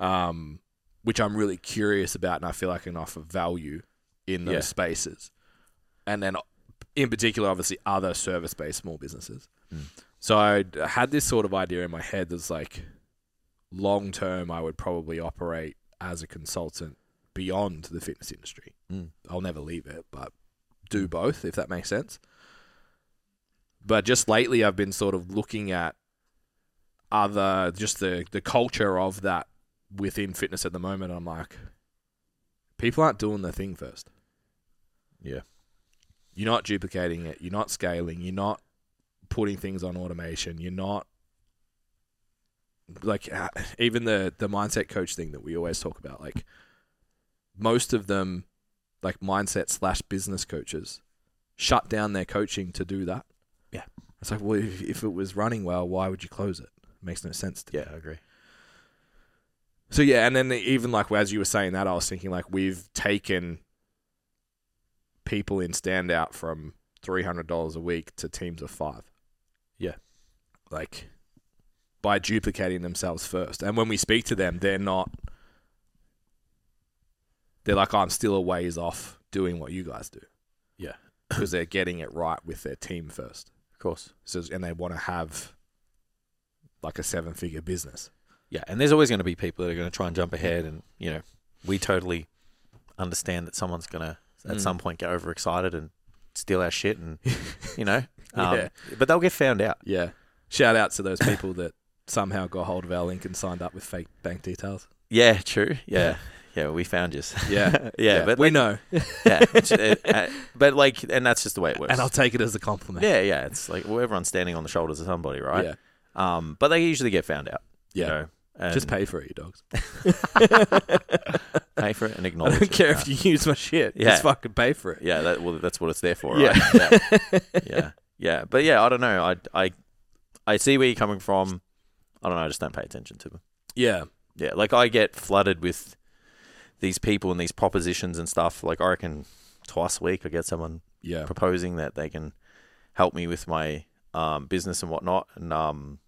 Speaker 1: Um, which I'm really curious about, and I feel like I can offer value in those
Speaker 3: Yeah.
Speaker 1: spaces. And then, in particular, obviously, other service based small businesses.
Speaker 3: Mm.
Speaker 1: So I had this sort of idea in my head that's like long term, I would probably operate as a consultant beyond the fitness industry.
Speaker 3: Mm.
Speaker 1: I'll never leave it, but do both if that makes sense. But just lately, I've been sort of looking at other just the the culture of that within fitness at the moment. I'm like, people aren't doing the thing first.
Speaker 3: yeah
Speaker 1: You're not duplicating it. You're not scaling. You're not putting things on automation. You're not like uh, even the the mindset coach thing that we always talk about. Like most of them, like mindset slash business coaches, shut down their coaching to do that.
Speaker 3: Yeah.
Speaker 1: it's like well, if, if it was running well, why would you close it? Makes no sense. To
Speaker 3: yeah i agree
Speaker 1: so yeah, and then even like as you were saying that, I was thinking like we've taken people in standout from three hundred dollars a week to teams of five.
Speaker 3: Yeah.
Speaker 1: like by duplicating themselves first, and when we speak to them, they're not. They're like, I'm still a ways off doing what you guys do.
Speaker 3: Yeah.
Speaker 1: because they're getting it right with their team first.
Speaker 3: of course
Speaker 1: So and they want to have like a seven figure business.
Speaker 3: yeah and there's always going to be people that are going to try and jump ahead and you know we totally understand that someone's going to at
Speaker 1: Mm.
Speaker 3: some point get overexcited and steal our shit and you know um,
Speaker 1: Yeah.
Speaker 3: but they'll get found out
Speaker 1: Yeah. Shout out to those people that somehow got hold of our link and signed up with fake bank details.
Speaker 3: yeah true yeah yeah we found you
Speaker 1: Uh, Yeah.
Speaker 3: yeah, but
Speaker 1: we
Speaker 3: like,
Speaker 1: know.
Speaker 3: yeah it's- it- uh, but like and that's just the way it works
Speaker 1: And I'll take it as a compliment.
Speaker 3: yeah yeah it's like well everyone's standing on the shoulders of somebody right
Speaker 1: Yeah.
Speaker 3: Um, but they usually get found out.
Speaker 1: Yeah.
Speaker 3: You know, and
Speaker 1: Just pay for it, you dogs.
Speaker 3: pay for it and
Speaker 1: I
Speaker 3: acknowledge.
Speaker 1: don't care
Speaker 3: it.
Speaker 1: if you use my shit.
Speaker 3: Yeah.
Speaker 1: Just fucking pay for it.
Speaker 3: Yeah, that, well, that's what it's there for.
Speaker 1: Yeah.
Speaker 3: Right? yeah, yeah, yeah. But yeah, I don't know. I, I, I see where you're coming from. I don't know. I just don't pay attention to them.
Speaker 1: Yeah.
Speaker 3: Yeah, like I get flooded with these people and these propositions and stuff. Like I reckon twice a week I get someone
Speaker 1: Yeah.
Speaker 3: proposing that they can help me with my um, business and whatnot. And um,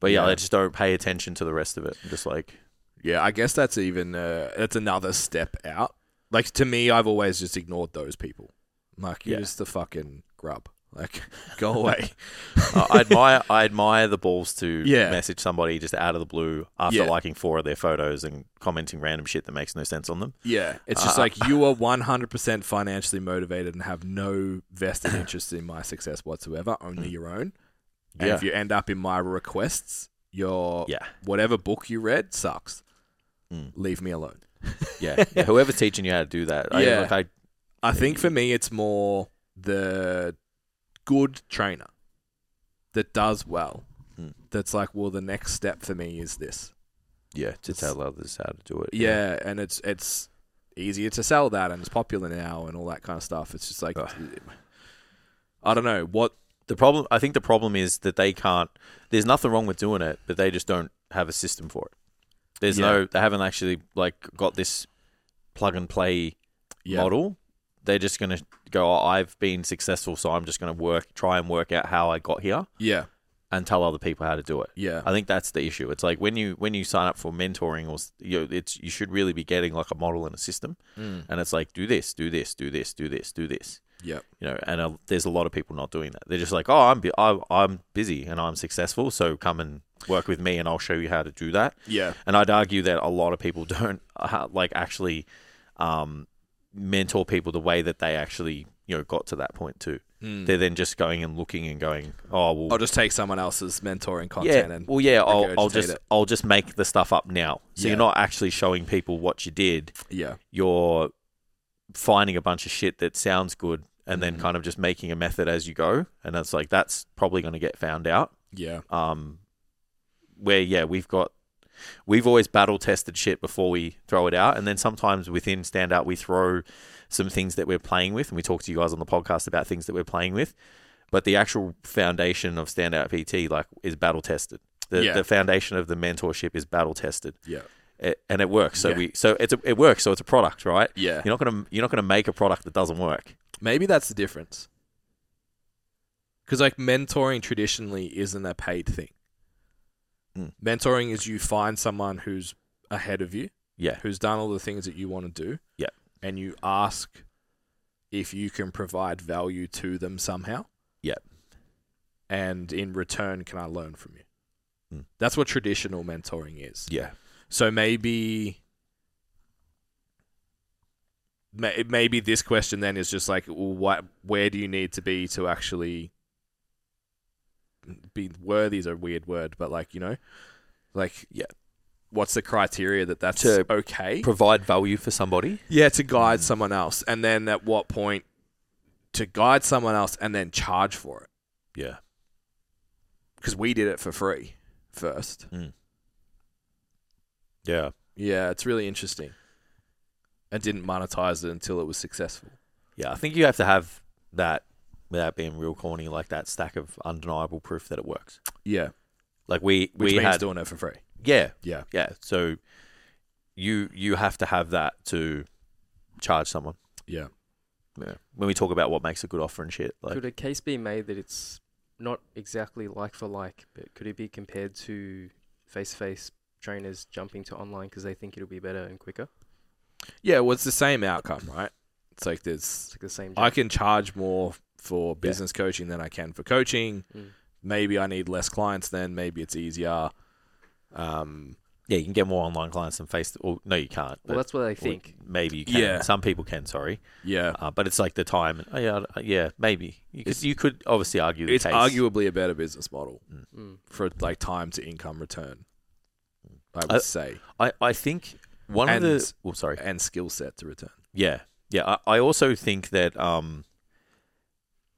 Speaker 3: but yeah,
Speaker 1: Yeah.
Speaker 3: I just don't pay attention to the rest of it. I'm just like,
Speaker 1: Yeah, I guess that's even uh, that's another step out. Like to me, I've always just ignored those people. Like you're
Speaker 3: Yeah.
Speaker 1: just the fucking grub. Like go away.
Speaker 3: I I admire I admire the balls to
Speaker 1: Yeah.
Speaker 3: message somebody just out of the blue after
Speaker 1: Yeah.
Speaker 3: liking four of their photos and commenting random shit that makes no sense on them.
Speaker 1: yeah, it's just like you are 100% financially motivated and have no vested interest in my success whatsoever, only your own. And if you end up in my requests, your
Speaker 3: yeah,
Speaker 1: whatever book you read sucks.
Speaker 3: Mm.
Speaker 1: Leave me alone.
Speaker 3: yeah, yeah. Whoever's teaching you how to do that,
Speaker 1: Yeah.
Speaker 3: I, like I,
Speaker 1: I think for me, it's more the good trainer that does well
Speaker 3: Hmm.
Speaker 1: that's like, well, the next step for me is this.
Speaker 3: Yeah, to
Speaker 1: It's-
Speaker 3: tell others how to do it.
Speaker 1: Yeah, and it's it's easier to sell that, and it's popular now, and all that kind of stuff. It's just like, I don't know what.
Speaker 3: The problem, I think, the problem is that they can't. There's nothing wrong with doing it, but they just don't have a system for it. There's
Speaker 1: Yeah.
Speaker 3: no. They haven't actually like got this plug and play
Speaker 1: Yeah,
Speaker 3: model. They're just gonna go. Oh, I've been successful, so I'm just gonna work, try and work out how I got here,
Speaker 1: yeah,
Speaker 3: and tell other people how to do it.
Speaker 1: yeah,
Speaker 3: I think that's the issue. It's like when you when you sign up for mentoring or s- you know, it's you should really be getting like a model and a system,
Speaker 1: Mm.
Speaker 3: and it's like do this, do this, do this, do this, do this.
Speaker 1: Yep.
Speaker 3: You know, and uh, there's a lot of people not doing that. They're just like, oh, I'm bu- I, I'm busy and I'm successful, so come and work with me, and I'll show you how to do that.
Speaker 1: yeah,
Speaker 3: And I'd argue that a lot of people don't uh, like actually um, mentor people the way that they actually you know got to that point too.
Speaker 1: Mm.
Speaker 3: They're then just going and looking and going, oh well,
Speaker 1: I'll just take someone else's mentoring content and
Speaker 3: well, yeah, I'll, I'll
Speaker 1: regurgitate
Speaker 3: just
Speaker 1: it.
Speaker 3: I'll just make the stuff up now. So
Speaker 1: Yeah.
Speaker 3: you're not actually showing people what you did.
Speaker 1: yeah,
Speaker 3: You're finding a bunch of shit that sounds good and then
Speaker 1: Mhm.
Speaker 3: kind of just making a method as you go. And that's like that's probably going to get found out.
Speaker 1: yeah,
Speaker 3: Um, where yeah, we've got we've always battle tested shit before we throw it out, and then sometimes within standout we throw some things that we're playing with, and we talk to you guys on the podcast about things that we're playing with. But the actual foundation of standout PT like is battle tested. The,
Speaker 1: Yeah.
Speaker 3: the foundation of the mentorship is battle tested,
Speaker 1: yeah,
Speaker 3: A- and it works. So
Speaker 1: Yeah.
Speaker 3: we so it's a, it works. So it's a product, right?
Speaker 1: yeah.
Speaker 3: You're not gonna you're not gonna make a product that doesn't work.
Speaker 1: Maybe that's the difference. Because like mentoring traditionally isn't a paid thing.
Speaker 3: Mm.
Speaker 1: Mentoring is you find someone who's ahead of you,
Speaker 3: Yeah.
Speaker 1: who's done all the things that you want to do,
Speaker 3: Yeah.
Speaker 1: and you ask if you can provide value to them somehow,
Speaker 3: Yeah.
Speaker 1: and in return, can I learn from you?
Speaker 3: Mm.
Speaker 1: That's what traditional mentoring is.
Speaker 3: Yeah.
Speaker 1: So maybe, may- maybe this question then is just like, well, what, where do you need to be to actually be worthy? Is a weird word, but like you know, like
Speaker 3: Yeah.
Speaker 1: what's the criteria that that's
Speaker 3: To
Speaker 1: okay?
Speaker 3: Provide value for somebody.
Speaker 1: yeah, to guide someone else, and then at what point to guide someone else and then charge for it?
Speaker 3: Yeah.
Speaker 1: Because we did it for free first.
Speaker 3: Yeah.
Speaker 1: Yeah, it's really interesting. And didn't monetize it until it was successful.
Speaker 3: Yeah, I think you have to have that without being real corny, like that stack of undeniable proof that it works.
Speaker 1: Yeah,
Speaker 3: Like we
Speaker 1: which
Speaker 3: we
Speaker 1: means
Speaker 3: had,
Speaker 1: doing it for free.
Speaker 3: yeah,
Speaker 1: Yeah,
Speaker 3: yeah. So you you have to have that to charge someone.
Speaker 1: yeah,
Speaker 3: Yeah. When we talk about what makes a good offer and shit, like
Speaker 2: could a case be made that it's not exactly like for like, but could it be compared to face to face trainers jumping to online because they think it'll be better and quicker?
Speaker 1: yeah. Well, it's the same outcome, right? It's like
Speaker 2: It's
Speaker 1: there's
Speaker 2: like the same.
Speaker 1: I
Speaker 2: Jump.
Speaker 1: can charge more for business coaching than I can for coaching.
Speaker 2: Mm.
Speaker 1: Maybe I need less clients. Then maybe it's easier. Um,
Speaker 3: yeah, you can get more online clients than face. Or no, you can't.
Speaker 2: Well,
Speaker 3: but
Speaker 2: that's what they
Speaker 3: or
Speaker 2: think.
Speaker 3: maybe you can.
Speaker 1: Yeah.
Speaker 3: Some people can. Sorry,
Speaker 1: yeah,
Speaker 3: uh, but it's like the time. And, oh, yeah, uh, yeah, maybe you could.
Speaker 1: It's-
Speaker 3: You could obviously argue. The
Speaker 1: it's
Speaker 3: case.
Speaker 1: arguably a better business model
Speaker 2: Mm.
Speaker 1: for like time to income return. I would
Speaker 3: Uh,
Speaker 1: say
Speaker 3: I I think one
Speaker 1: And-
Speaker 3: of the. Oh, sorry.
Speaker 1: and skill set to return.
Speaker 3: Yeah. Yeah. I, I also think that um,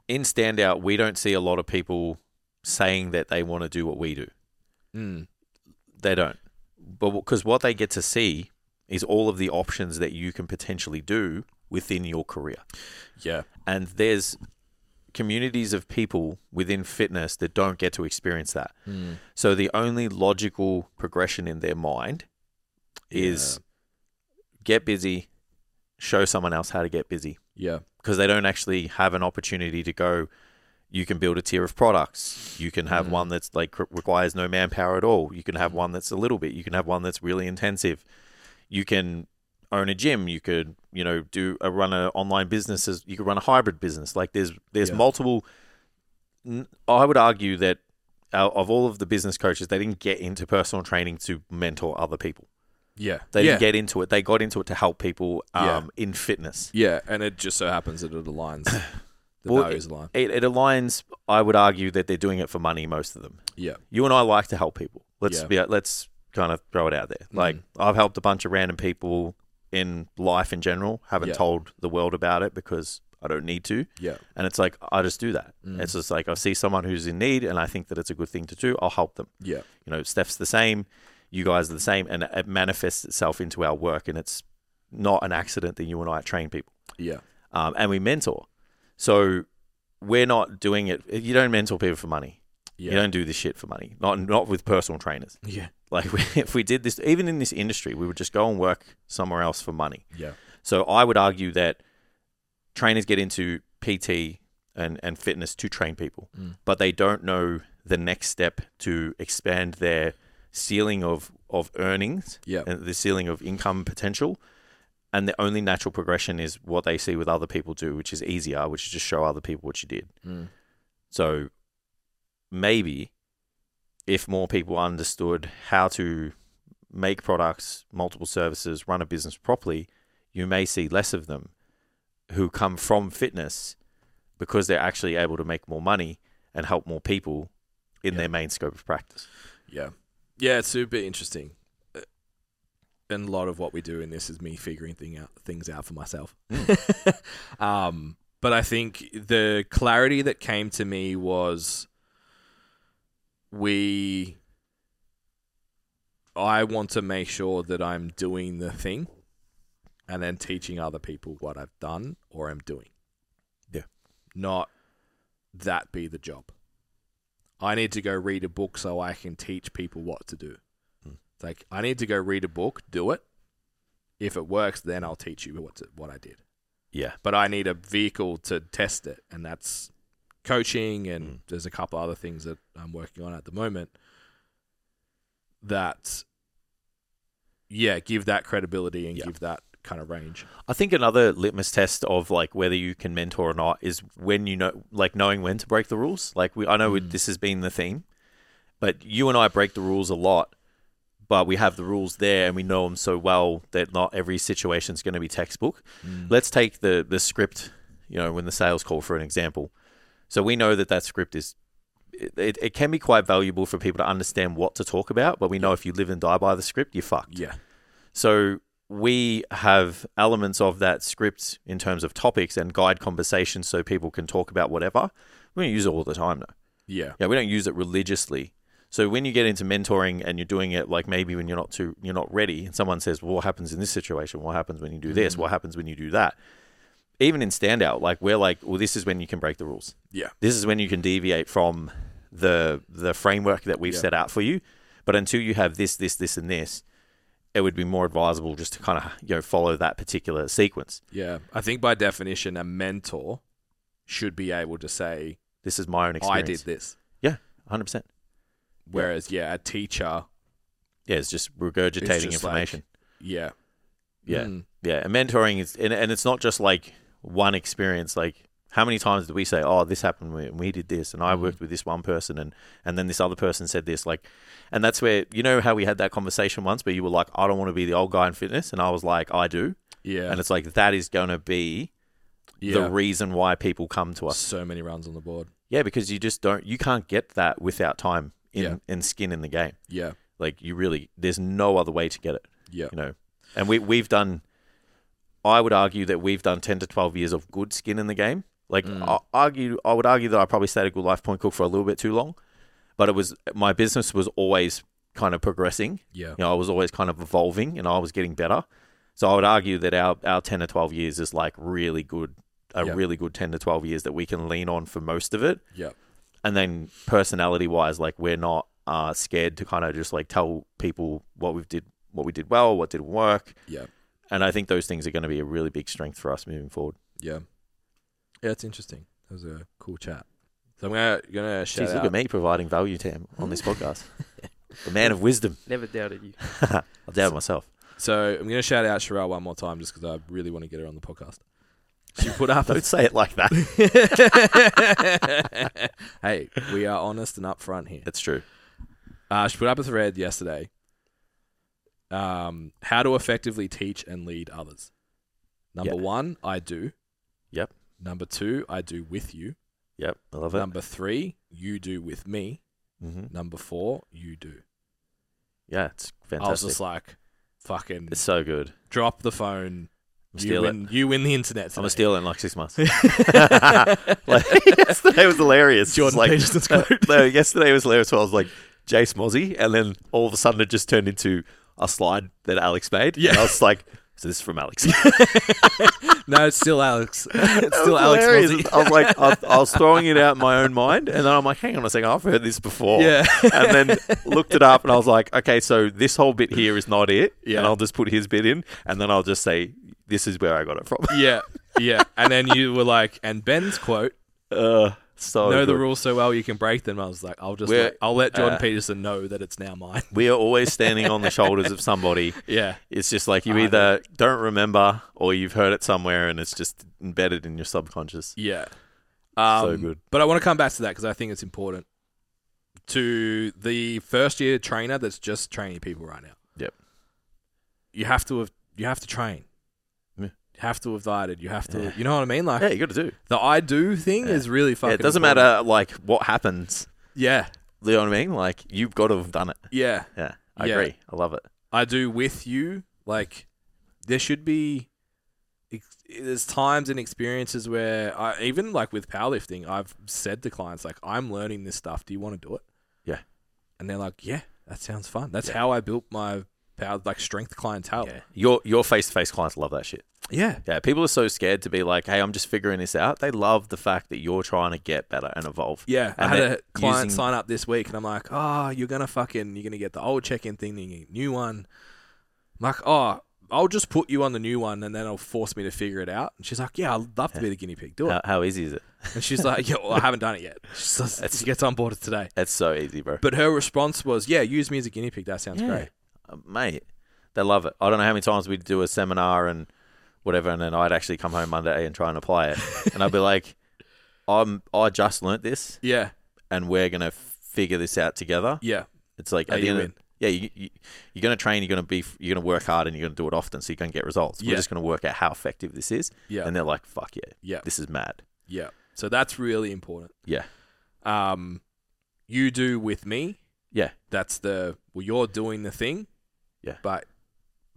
Speaker 3: in Standout, we don't see a lot of people saying that they want to do what we do. Hmm.
Speaker 1: Mm.
Speaker 3: They don't. But because what they get to see is all of the options that you can potentially do within your career.
Speaker 1: Yeah,
Speaker 3: And there's communities of people within fitness that don't get to experience that. So the only logical progression in their mind is get busy, show someone else how to get busy.
Speaker 1: yeah,
Speaker 3: because they don't actually have an opportunity to go. You can build a tier of products. You can have
Speaker 1: Mm.
Speaker 3: one that's like re- requires no manpower at all. You can have one that's a little bit. You can have one that's really intensive. You can own a gym. You could you know do a run a online business as you could run a hybrid business. Like there's there's
Speaker 1: Yeah.
Speaker 3: multiple. n- I would argue that out of all of the business coaches, they didn't get into personal training to mentor other people.
Speaker 1: yeah.
Speaker 3: They
Speaker 1: yeah.
Speaker 3: didn't get into it. They got into it to help people
Speaker 1: Yeah.
Speaker 3: um, in fitness.
Speaker 1: Yeah, and it just so happens that it aligns. The
Speaker 3: Well,
Speaker 1: values align.
Speaker 3: it, it aligns. I would argue that they're doing it for money. Most of them.
Speaker 1: Yeah.
Speaker 3: You and I like to help people. Let's
Speaker 1: Yeah. Mm.
Speaker 3: be. Let's kind of throw it out there. Like I've helped a bunch of random people in life in general. Haven't
Speaker 1: Yeah.
Speaker 3: told the world about it because I don't need to.
Speaker 1: Yeah.
Speaker 3: And it's like I just do that.
Speaker 1: Mm.
Speaker 3: It's just like I see someone who's in need, and I think that it's a good thing to do. I'll help them.
Speaker 1: Yeah.
Speaker 3: You know, Steph's the same. You guys are the same, and it manifests itself into our work. And it's not an accident that you and I train people
Speaker 1: Yeah.
Speaker 3: um, and we mentor. So we're not doing it. You don't mentor people for money.
Speaker 1: Yeah.
Speaker 3: You don't do this shit for money. Not not with personal trainers.
Speaker 1: Yeah.
Speaker 3: Like we, if we did this, even in this industry, we would just go and work somewhere else for money.
Speaker 1: Yeah.
Speaker 3: So I would argue that trainers get into PT and and fitness to train people,
Speaker 1: Mm.
Speaker 3: but they don't know the next step to expand their ceiling of of earnings
Speaker 1: Yeah.
Speaker 3: and the ceiling of income potential. And the only natural progression is what they see with other people do, which is easier, which is just show other people what you did.
Speaker 1: Mm.
Speaker 3: So maybe if more people understood how to make products, multiple services, run a business properly, you may see less of them who come from fitness because they're actually able to make more money and help more people in
Speaker 1: Yeah.
Speaker 3: their main scope of practice.
Speaker 1: Yeah. Yeah, it's super interesting. Uh, And a lot of what we do in this is me figuring thing out, things out for myself. um, but I think the clarity that came to me was we. I want to make sure that I'm doing the thing and then teaching other people what I've done or am doing.
Speaker 3: Yeah.
Speaker 1: Not that be the job. I need to go read a book so I can teach people what to do.
Speaker 3: Mm.
Speaker 1: It's Like I need to go read a book, do it. If it works, then I'll teach you what to, what I did.
Speaker 3: Yeah.
Speaker 1: But I need a vehicle to test it, and that's coaching. And
Speaker 3: Mm.
Speaker 1: there's a couple other things that I'm working on at the moment. That, yeah, give that credibility and
Speaker 3: Yeah.
Speaker 1: give that kind of range.
Speaker 3: I think another litmus test of like whether you can mentor or not is when you know, like knowing when to break the rules. Like we, I know we-
Speaker 1: Mm.
Speaker 3: this has been the theme, but you and I break the rules a lot. But we have the rules there, and we know them so well that not every situation is going to be textbook.
Speaker 1: Mm.
Speaker 3: Let's take the the script, you know, when the sales call for an example. So we know that that script is. It, it, it can be quite valuable for people to understand what to talk about, but we know if you live and die by the script, you're fucked.
Speaker 1: Yeah,
Speaker 3: So we have elements of that script in terms of topics and guide conversations so people can talk about whatever. We don't use it all the time though.
Speaker 1: yeah,
Speaker 3: Yeah, we don't use it religiously. So when you get into mentoring and you're doing it like maybe when you're not too you're not ready and someone says, well, what happens in this situation? What happens when you do this?
Speaker 1: Mhm.
Speaker 3: What happens when you do that? Even in standout, like we're like, well, this is when you can break the rules.
Speaker 1: Yeah.
Speaker 3: This is when you can deviate from the the framework that we've
Speaker 1: Yeah.
Speaker 3: set out for you. But until you have this, this, this, and this, it would be more advisable just to kind of you know follow that particular sequence.
Speaker 1: yeah. I think by definition, a mentor should be able to say,
Speaker 3: This is my own
Speaker 1: Oh, "I
Speaker 3: experience.
Speaker 1: did this."
Speaker 3: hundred percent.
Speaker 1: Whereas, yeah, a teacher,
Speaker 3: Yeah, it's just regurgitating
Speaker 1: just like-
Speaker 3: information.
Speaker 1: yeah,
Speaker 3: yeah,
Speaker 1: Mm.
Speaker 3: yeah. And mentoring is, and, and it's not just like one experience. Like how many times do we say, "Oh, this happened when we did this," and I
Speaker 1: Mhm.
Speaker 3: worked with this one person, and and then this other person said this. Like, and that's where you know how we had that conversation once, where you were like, "I don't want to be the old guy in fitness," and I was like, "I do,"
Speaker 1: yeah,
Speaker 3: and it's like that is going to be
Speaker 1: yeah.
Speaker 3: the reason why people come to us.
Speaker 1: so many runs on the board.
Speaker 3: Yeah, because you just don't, you can't get that without time in
Speaker 1: Yeah.
Speaker 3: and skin in the game.
Speaker 1: Yeah,
Speaker 3: Like you really, there's no other way to get it.
Speaker 1: yeah,
Speaker 3: you know, and we we've done. I would argue that we've done ten to twelve years of good skin in the game. Like
Speaker 1: Mm.
Speaker 3: I argue, I would argue that I probably stayed at Good Life Point Cook for a little bit too long, but it was my business was always kind of progressing.
Speaker 1: yeah,
Speaker 3: You know, I was always kind of evolving, and I was getting better. So I would argue that our our ten to twelve years is like really good, a
Speaker 1: Yeah.
Speaker 3: really good ten to twelve years that we can lean on for most of it
Speaker 1: yeah,
Speaker 3: and then personality wise, like we're not uh, scared to kind of just like tell people what we've did, what we did well, what didn't work.
Speaker 1: Yeah.
Speaker 3: And I think those things are going to be a really big strength for us moving forward.
Speaker 1: yeah. Yeah, it's interesting. That was a cool chat. So I'm gonna gonna shout
Speaker 3: Jeez,
Speaker 1: out.
Speaker 3: look at me providing value, Tam, on this podcast. the man of wisdom.
Speaker 2: Never doubted you.
Speaker 3: I doubt myself.
Speaker 1: So I'm gonna shout out Sherelle one more time just because I really want to get her on the podcast. She put up.
Speaker 3: Don't say it like that.
Speaker 1: a- hey, we are honest and upfront here.
Speaker 3: That's true.
Speaker 1: Uh, she put up a thread yesterday. Um, how to effectively teach and lead others. Number
Speaker 3: Yeah.
Speaker 1: one, I do.
Speaker 3: Yep.
Speaker 1: Number two, I do with you.
Speaker 3: Yep, I love it.
Speaker 1: Number three, you do with me.
Speaker 3: hmm
Speaker 1: Number four, you do.
Speaker 3: Yeah,
Speaker 1: I
Speaker 3: it's
Speaker 1: was
Speaker 3: fantastic.
Speaker 1: just like, fucking
Speaker 3: it's so good.
Speaker 1: drop the phone, you
Speaker 3: steal it.
Speaker 1: win, you win the internet.
Speaker 3: I'm
Speaker 1: today.
Speaker 3: gonna steal it in like six months. like, yesterday was hilarious. It's
Speaker 1: Jordan
Speaker 3: like,
Speaker 1: Peterson's quote.
Speaker 3: no, yesterday was hilarious. Well, I was like Jace Mozzie, and then all of a sudden it just turned into a slide that Alex made. And
Speaker 1: Yeah.
Speaker 3: I was like, so this is from Alex.
Speaker 1: no, it's still Alex. It's
Speaker 3: It
Speaker 1: still
Speaker 3: was
Speaker 1: Alex.
Speaker 3: hilarious.
Speaker 1: Mozzie.
Speaker 3: I was like, I, I was throwing it out in my own mind, and then I'm like, hang on a second, I've heard this before.
Speaker 1: Yeah.
Speaker 3: and then looked it up, and I was like, okay, so this whole bit here is not it.
Speaker 1: Yeah.
Speaker 3: And I'll just put his bit in, and then I'll just say, this is where I got it from.
Speaker 1: yeah, yeah. And then you were like, and Ben's quote,
Speaker 3: Uh, so
Speaker 1: know the
Speaker 3: good.
Speaker 1: rules so well you can break them. I was like, I'll just,
Speaker 3: We're-
Speaker 1: let, I'll let Jordan
Speaker 3: uh,
Speaker 1: Peterson know that it's now mine.
Speaker 3: We are always standing on the shoulders of somebody.
Speaker 1: Yeah,
Speaker 3: It's just like
Speaker 1: I
Speaker 3: you
Speaker 1: know.
Speaker 3: either don't remember or you've heard it somewhere, and it's just embedded in your subconscious.
Speaker 1: yeah.
Speaker 3: so
Speaker 1: Um,
Speaker 3: good.
Speaker 1: But I want to come back to that because I think it's important to the first year trainer that's just training people right now.
Speaker 3: Yep.
Speaker 1: You have to have you have to train.
Speaker 3: Yeah.
Speaker 1: You have to have dieted. You have to.
Speaker 3: Yeah.
Speaker 1: You know what I mean? Like
Speaker 3: Yeah, you got to do.
Speaker 1: the I do thing
Speaker 3: Yeah.
Speaker 1: is really
Speaker 3: Yeah,
Speaker 1: fucking.
Speaker 3: it doesn't
Speaker 1: important.
Speaker 3: matter like what happens.
Speaker 1: Yeah,
Speaker 3: You know what I mean? Like you've got to have done it.
Speaker 1: yeah.
Speaker 3: Yeah, I
Speaker 1: Yeah.
Speaker 3: agree. I love it.
Speaker 1: I do with you. Like, there should be. ex- There's times and experiences where I even like with powerlifting, I've said to clients like, "I'm learning this stuff. Do you want to do it?"
Speaker 3: Yeah.
Speaker 1: and they're like, "Yeah, that sounds fun." That's how I built my power like strength clientele.
Speaker 3: Yeah. Your your face to face clients love that shit.
Speaker 1: Yeah,
Speaker 3: Yeah, people are so scared to be like, "Hey, I'm just figuring this out." They love the fact that you're trying to get better and evolve.
Speaker 1: yeah. I
Speaker 3: And
Speaker 1: had
Speaker 3: they're
Speaker 1: a client
Speaker 3: using-
Speaker 1: sign up this week, and I'm like, "Oh, you're gonna fucking you're gonna get the old check-in thing, then you get a new one." I'm like, "Oh." I'll just put you on the new one, and then it'll force me to figure it out. And she's like, "Yeah, I'd love to be the guinea pig. Do it."
Speaker 3: How, how easy is it?
Speaker 1: And she's like, "Yeah, well, I haven't done it yet." She says-
Speaker 3: That's-
Speaker 1: she gets on board today.
Speaker 3: It's so easy, bro.
Speaker 1: But her response was, "Yeah, use me as a guinea pig. That sounds great."
Speaker 3: Uh, mate. They love it. I don't know how many times we'd do a seminar and whatever, and then I'd actually come home Monday and try and apply it, and I'd be like, "I'm I just learnt this,
Speaker 1: Yeah,
Speaker 3: and we're gonna figure this out together."
Speaker 1: yeah,
Speaker 3: It's like
Speaker 1: No,
Speaker 3: at the
Speaker 1: Oh, you
Speaker 3: end, of,
Speaker 1: win.
Speaker 3: yeah, you, you you're gonna train, you're gonna be, you're gonna work hard, and you're gonna do it often, so you're gonna get results.
Speaker 1: Yeah.
Speaker 3: We're just gonna work out how effective this is,
Speaker 1: yeah,
Speaker 3: and they're like, "Fuck yeah,
Speaker 1: yeah,
Speaker 3: this is mad."
Speaker 1: yeah. So that's really important.
Speaker 3: Yeah.
Speaker 1: Um, you do with me.
Speaker 3: Yeah.
Speaker 1: That's the well, you're doing the thing.
Speaker 3: Yeah.
Speaker 1: But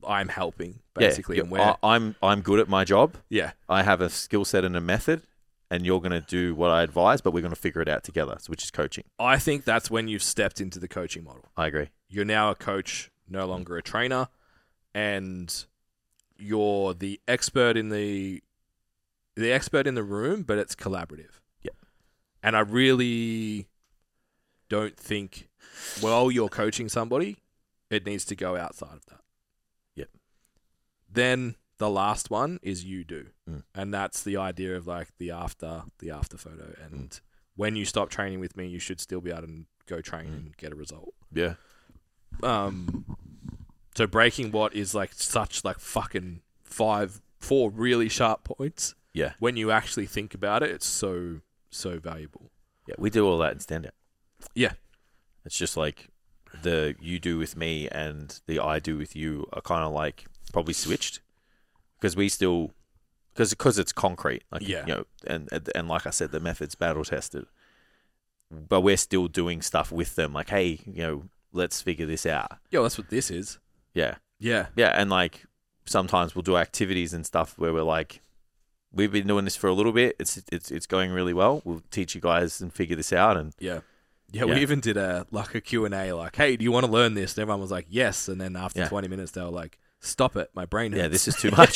Speaker 1: I'm helping basically,
Speaker 3: yeah,
Speaker 1: and
Speaker 3: you-
Speaker 1: we're
Speaker 3: I, I'm I'm good at my job.
Speaker 1: yeah,
Speaker 3: I have a skill set and a method, and you're going to do what I advise, but we're going to figure it out together, so- which is coaching.
Speaker 1: I think that's when you've stepped into the coaching model.
Speaker 3: I agree.
Speaker 1: you're now a coach, no longer a trainer, and you're the expert in the the expert in the room, but it's collaborative.
Speaker 3: Yep.
Speaker 1: And I really don't think while you're coaching somebody, it needs to go outside of that.
Speaker 3: Yep.
Speaker 1: Then the last one is you do.
Speaker 3: Mm.
Speaker 1: And that's the idea of like the after the after photo and
Speaker 3: Mm.
Speaker 1: when you stop training with me, you should still be able to go train
Speaker 3: Mm.
Speaker 1: and get a result
Speaker 3: Yeah,
Speaker 1: um so breaking what is like such like fucking five four really sharp points
Speaker 3: Yeah.
Speaker 1: when you actually think about it it's so so valuable
Speaker 3: yeah. We do all that in stand up.
Speaker 1: Yeah.
Speaker 3: it's just like the you do with me and the I do with you are kind of like probably switched because we still because because it's concrete. Like,
Speaker 1: Yeah.
Speaker 3: you know, and and- and like I said, the method's battle tested, but we're still doing stuff with them. Like, hey, you know, let's figure this out.
Speaker 1: yo that's what this is
Speaker 3: Yeah.
Speaker 1: yeah
Speaker 3: Yeah, and like sometimes we'll do activities and stuff where we're like, we've been doing this for a little bit. It's it's it's going really well. We'll teach you guys and figure this out. And
Speaker 1: yeah yeah,
Speaker 3: Yeah.
Speaker 1: we even did a like a Q&A like hey do you want to learn this and everyone was like yes and then after
Speaker 3: Yeah.
Speaker 1: 20 minutes they were like stop it my brain hurts.
Speaker 3: yeah, this is too much.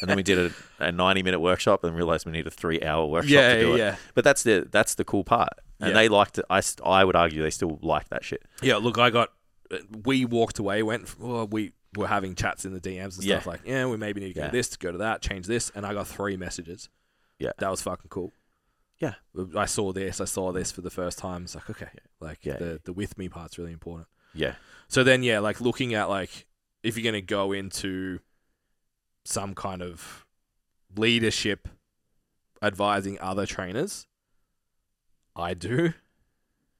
Speaker 3: and then we did a, a ninety minute workshop and realized we need a three hour workshop
Speaker 1: yeah
Speaker 3: to do it.
Speaker 1: yeah
Speaker 3: But that's the that's the cool part. And
Speaker 1: Yeah.
Speaker 3: they liked it. I, st- I would argue they still like that shit.
Speaker 1: yeah look I got we walked away went well, we were having chats in the DMs and
Speaker 3: Yeah.
Speaker 1: stuff like yeah we maybe need to go
Speaker 3: Yeah.
Speaker 1: to this to go to that change this and I got three messages
Speaker 3: Yeah.
Speaker 1: that was fucking cool
Speaker 3: Yeah.
Speaker 1: I saw this I saw this for the first time it's like okay like
Speaker 3: Yeah.
Speaker 1: the the with me part's really important
Speaker 3: Yeah.
Speaker 1: so then yeah like looking at like if you're gonna go into some kind of leadership advising other trainers I do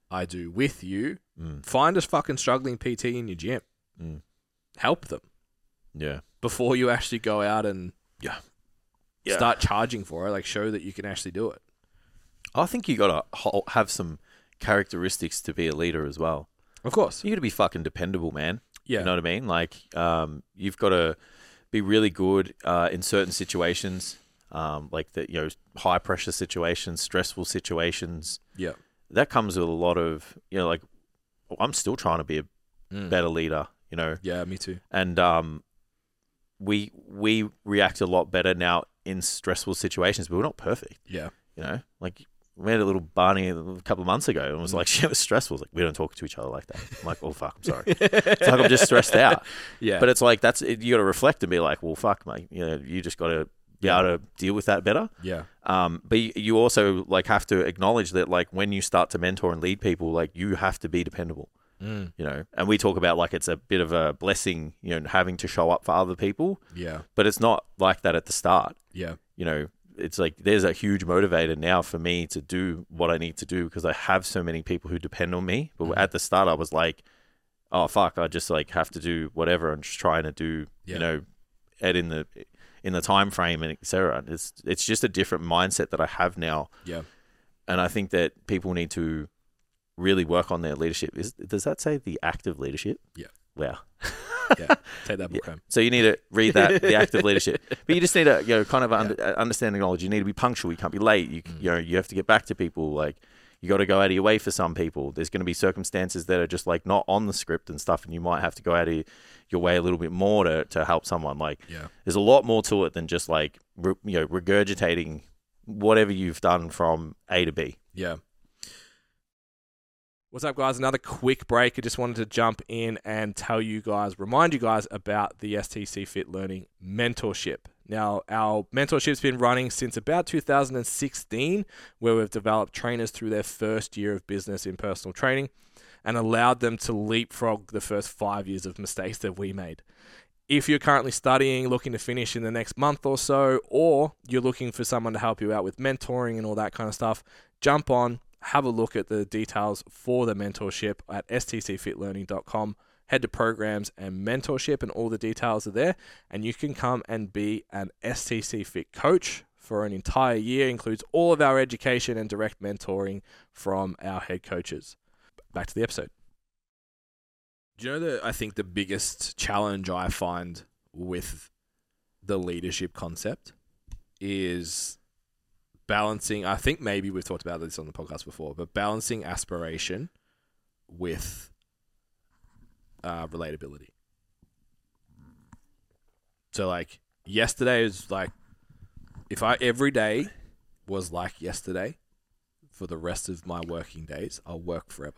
Speaker 1: I do with you
Speaker 3: Mm,
Speaker 1: find a fucking struggling PT in your gym.
Speaker 3: Mm.
Speaker 1: Help them
Speaker 3: yeah.
Speaker 1: before you actually go out and
Speaker 3: Yeah. Yeah.
Speaker 1: start charging for it. Like show that you can actually do it.
Speaker 3: I think you got to have some characteristics to be a leader as well.
Speaker 1: Of course.
Speaker 3: You got to be fucking dependable, man.
Speaker 1: Yeah.
Speaker 3: You know what I mean? Like, um, you've got to be really good uh, in certain situations, um, like the you know high pressure situations, stressful situations.
Speaker 1: Yeah.
Speaker 3: that comes with a lot of you know like I'm still trying to be a
Speaker 1: Mm.
Speaker 3: better leader. You know,
Speaker 1: Yeah, me too.
Speaker 3: and um, we we react a lot better now in stressful situations, but we're not perfect.
Speaker 1: Yeah.
Speaker 3: You know, like we had a little Barney a couple of months ago, and was
Speaker 1: Mm.
Speaker 3: like, "Shit, it was stressful." It's like we don't talk to each other like that. I'm like, "Oh fuck, I'm sorry." It's like I'm just stressed out.
Speaker 1: Yeah.
Speaker 3: But it's like that's it, you got to reflect and be like, "Well, fuck, mate. You know, you just got to be
Speaker 1: Yeah.
Speaker 3: able to deal with that better."
Speaker 1: yeah.
Speaker 3: Um, but you, you also like have to acknowledge that like when you start to mentor and lead people, like you have to be dependable
Speaker 1: Mm.
Speaker 3: you know and we talk about like it's a bit of a blessing you know having to show up for other people
Speaker 1: Yeah.
Speaker 3: but it's not like that at the start
Speaker 1: Yeah.
Speaker 3: you know it's like there's a huge motivator now for me to do what i need to do because i have so many people who depend on me but
Speaker 1: Mhm.
Speaker 3: at the start i was like oh fuck i just like have to do whatever and just trying to do
Speaker 1: Yeah.
Speaker 3: you know it in the in the time frame and etc it's it's just a different mindset that i have now
Speaker 1: Yeah.
Speaker 3: and i think that people need to really work on their leadership is does that say the active leadership
Speaker 1: Yeah.
Speaker 3: wow
Speaker 1: Take that book home.
Speaker 3: so you need to read that the active leadership, but you just need to you know kind of under, uh understand the knowledge. You need to be punctual. You can't be late. You c- you know you have to get back to people. Like you got to go out of your way for some people. There's going to be circumstances that are just like not on the script and stuff, and you might have to go out of your way a little bit more to to help someone. Like
Speaker 1: Yeah.
Speaker 3: there's a lot more to it than just like re, you know regurgitating whatever you've done from A to B.
Speaker 1: Yeah. What's up, guys? Another quick break. I just wanted to jump in and tell you guys, remind you guys about the STC Fit Learning Mentorship. Now, our mentorship's been running since about 2016, where we've developed trainers through their first year of business in personal training and allowed them to leapfrog the first five years of mistakes that we made. If you're currently studying, looking to finish in the next month or so, or you're looking for someone to help you out with mentoring and all that kind of stuff, jump on, have a look at the details for the mentorship at stcfitlearning.com. Head to programs and mentorship, and all the details are there. And you can come and be an STC Fit coach for an entire year, includes all of our education and direct mentoring from our head coaches. Back to the episode. Do you know that I think the biggest challenge I find with the leadership concept is balancing I think maybe we've talked about this on the podcast before, but balancing aspiration with uh, relatability. So like yesterday is like if I every day was like yesterday for the rest of my working days, I'll work forever.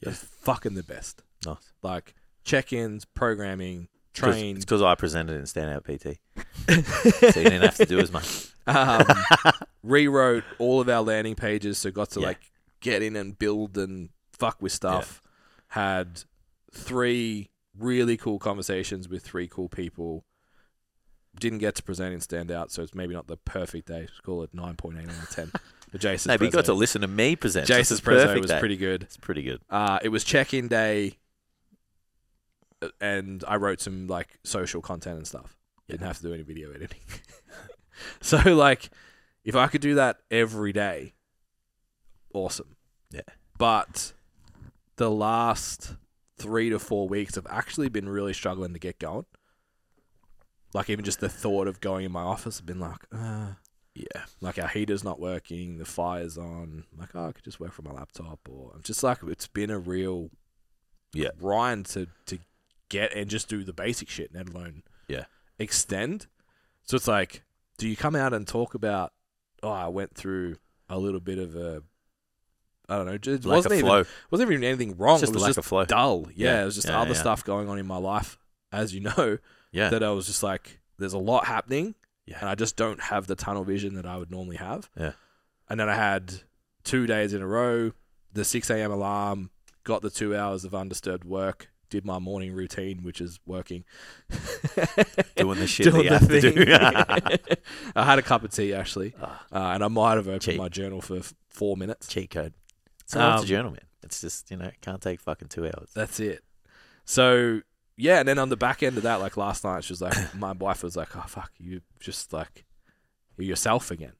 Speaker 3: Yeah.
Speaker 1: It's fucking the best.
Speaker 3: Nice.
Speaker 1: Like check ins, programming, train.
Speaker 3: It's because I presented in standout PT, so you didn't have to do as much.
Speaker 1: um, rewrote all of our landing pages, so got to
Speaker 3: Yeah.
Speaker 1: like get in and build and fuck with stuff. Had three really cool conversations with three cool people. Didn't get to present in standout, so it's maybe not the perfect day. Let's call it nine point eight out of ten. But Jason's
Speaker 3: No, but you got to
Speaker 1: presentation-
Speaker 3: listen to me present.
Speaker 1: Jason's
Speaker 3: perfect. eh?
Speaker 1: present was
Speaker 3: day.
Speaker 1: pretty good.
Speaker 3: It's pretty good.
Speaker 1: Uh, it was check in day, uh, and I wrote some like social content and stuff. Didn't have to do any video editing. so like, if I could do that every day, awesome.
Speaker 3: Yeah.
Speaker 1: But the last three to four weeks, I've actually been really struggling to get going. Like even just the thought of going in my office, I've been like, uh,
Speaker 3: Yeah.
Speaker 1: like our heater's not working, the fire's on. I'm like, oh, I could just work from my laptop, or I'm just like, it's been a real
Speaker 3: Yeah.
Speaker 1: grind to to get and just do the basic shit, let alone
Speaker 3: Yeah.
Speaker 1: extend. So it's like, do you come out and talk about? Oh, I went through a little bit of a, I don't know, just
Speaker 3: Like
Speaker 1: wasn't
Speaker 3: a
Speaker 1: even
Speaker 3: flow.
Speaker 1: wasn't even anything wrong.
Speaker 3: It's just
Speaker 1: it
Speaker 3: a
Speaker 1: was
Speaker 3: lack
Speaker 1: just
Speaker 3: of flow.
Speaker 1: dull. Yeah,
Speaker 3: Yeah.
Speaker 1: it was just
Speaker 3: Yeah,
Speaker 1: other
Speaker 3: yeah.
Speaker 1: stuff going on in my life, as you know,
Speaker 3: yeah.
Speaker 1: that I was just like, there's a lot happening
Speaker 3: yeah.
Speaker 1: and I just don't have the tunnel vision that I would normally have.
Speaker 3: Yeah.
Speaker 1: And then I had two days in a row, the 6 a.m. alarm, got the two hours of undisturbed work, did my morning routine, which is working.
Speaker 3: doing the shit
Speaker 1: Doing
Speaker 3: that you have
Speaker 1: the
Speaker 3: to do.
Speaker 1: thing. I had a cup of tea actually, uh,
Speaker 3: Ah.
Speaker 1: and I might have opened
Speaker 3: Cheap.
Speaker 1: my journal for f- four minutes.
Speaker 3: Cheat code. It's not
Speaker 1: Um,
Speaker 3: a journal, man. It's just, you know, it can't take fucking two hours.
Speaker 1: That's it. So yeah, and then on the back end of that, like last night, she was like, my wife was like, "Oh fuck, you just like you're yourself again."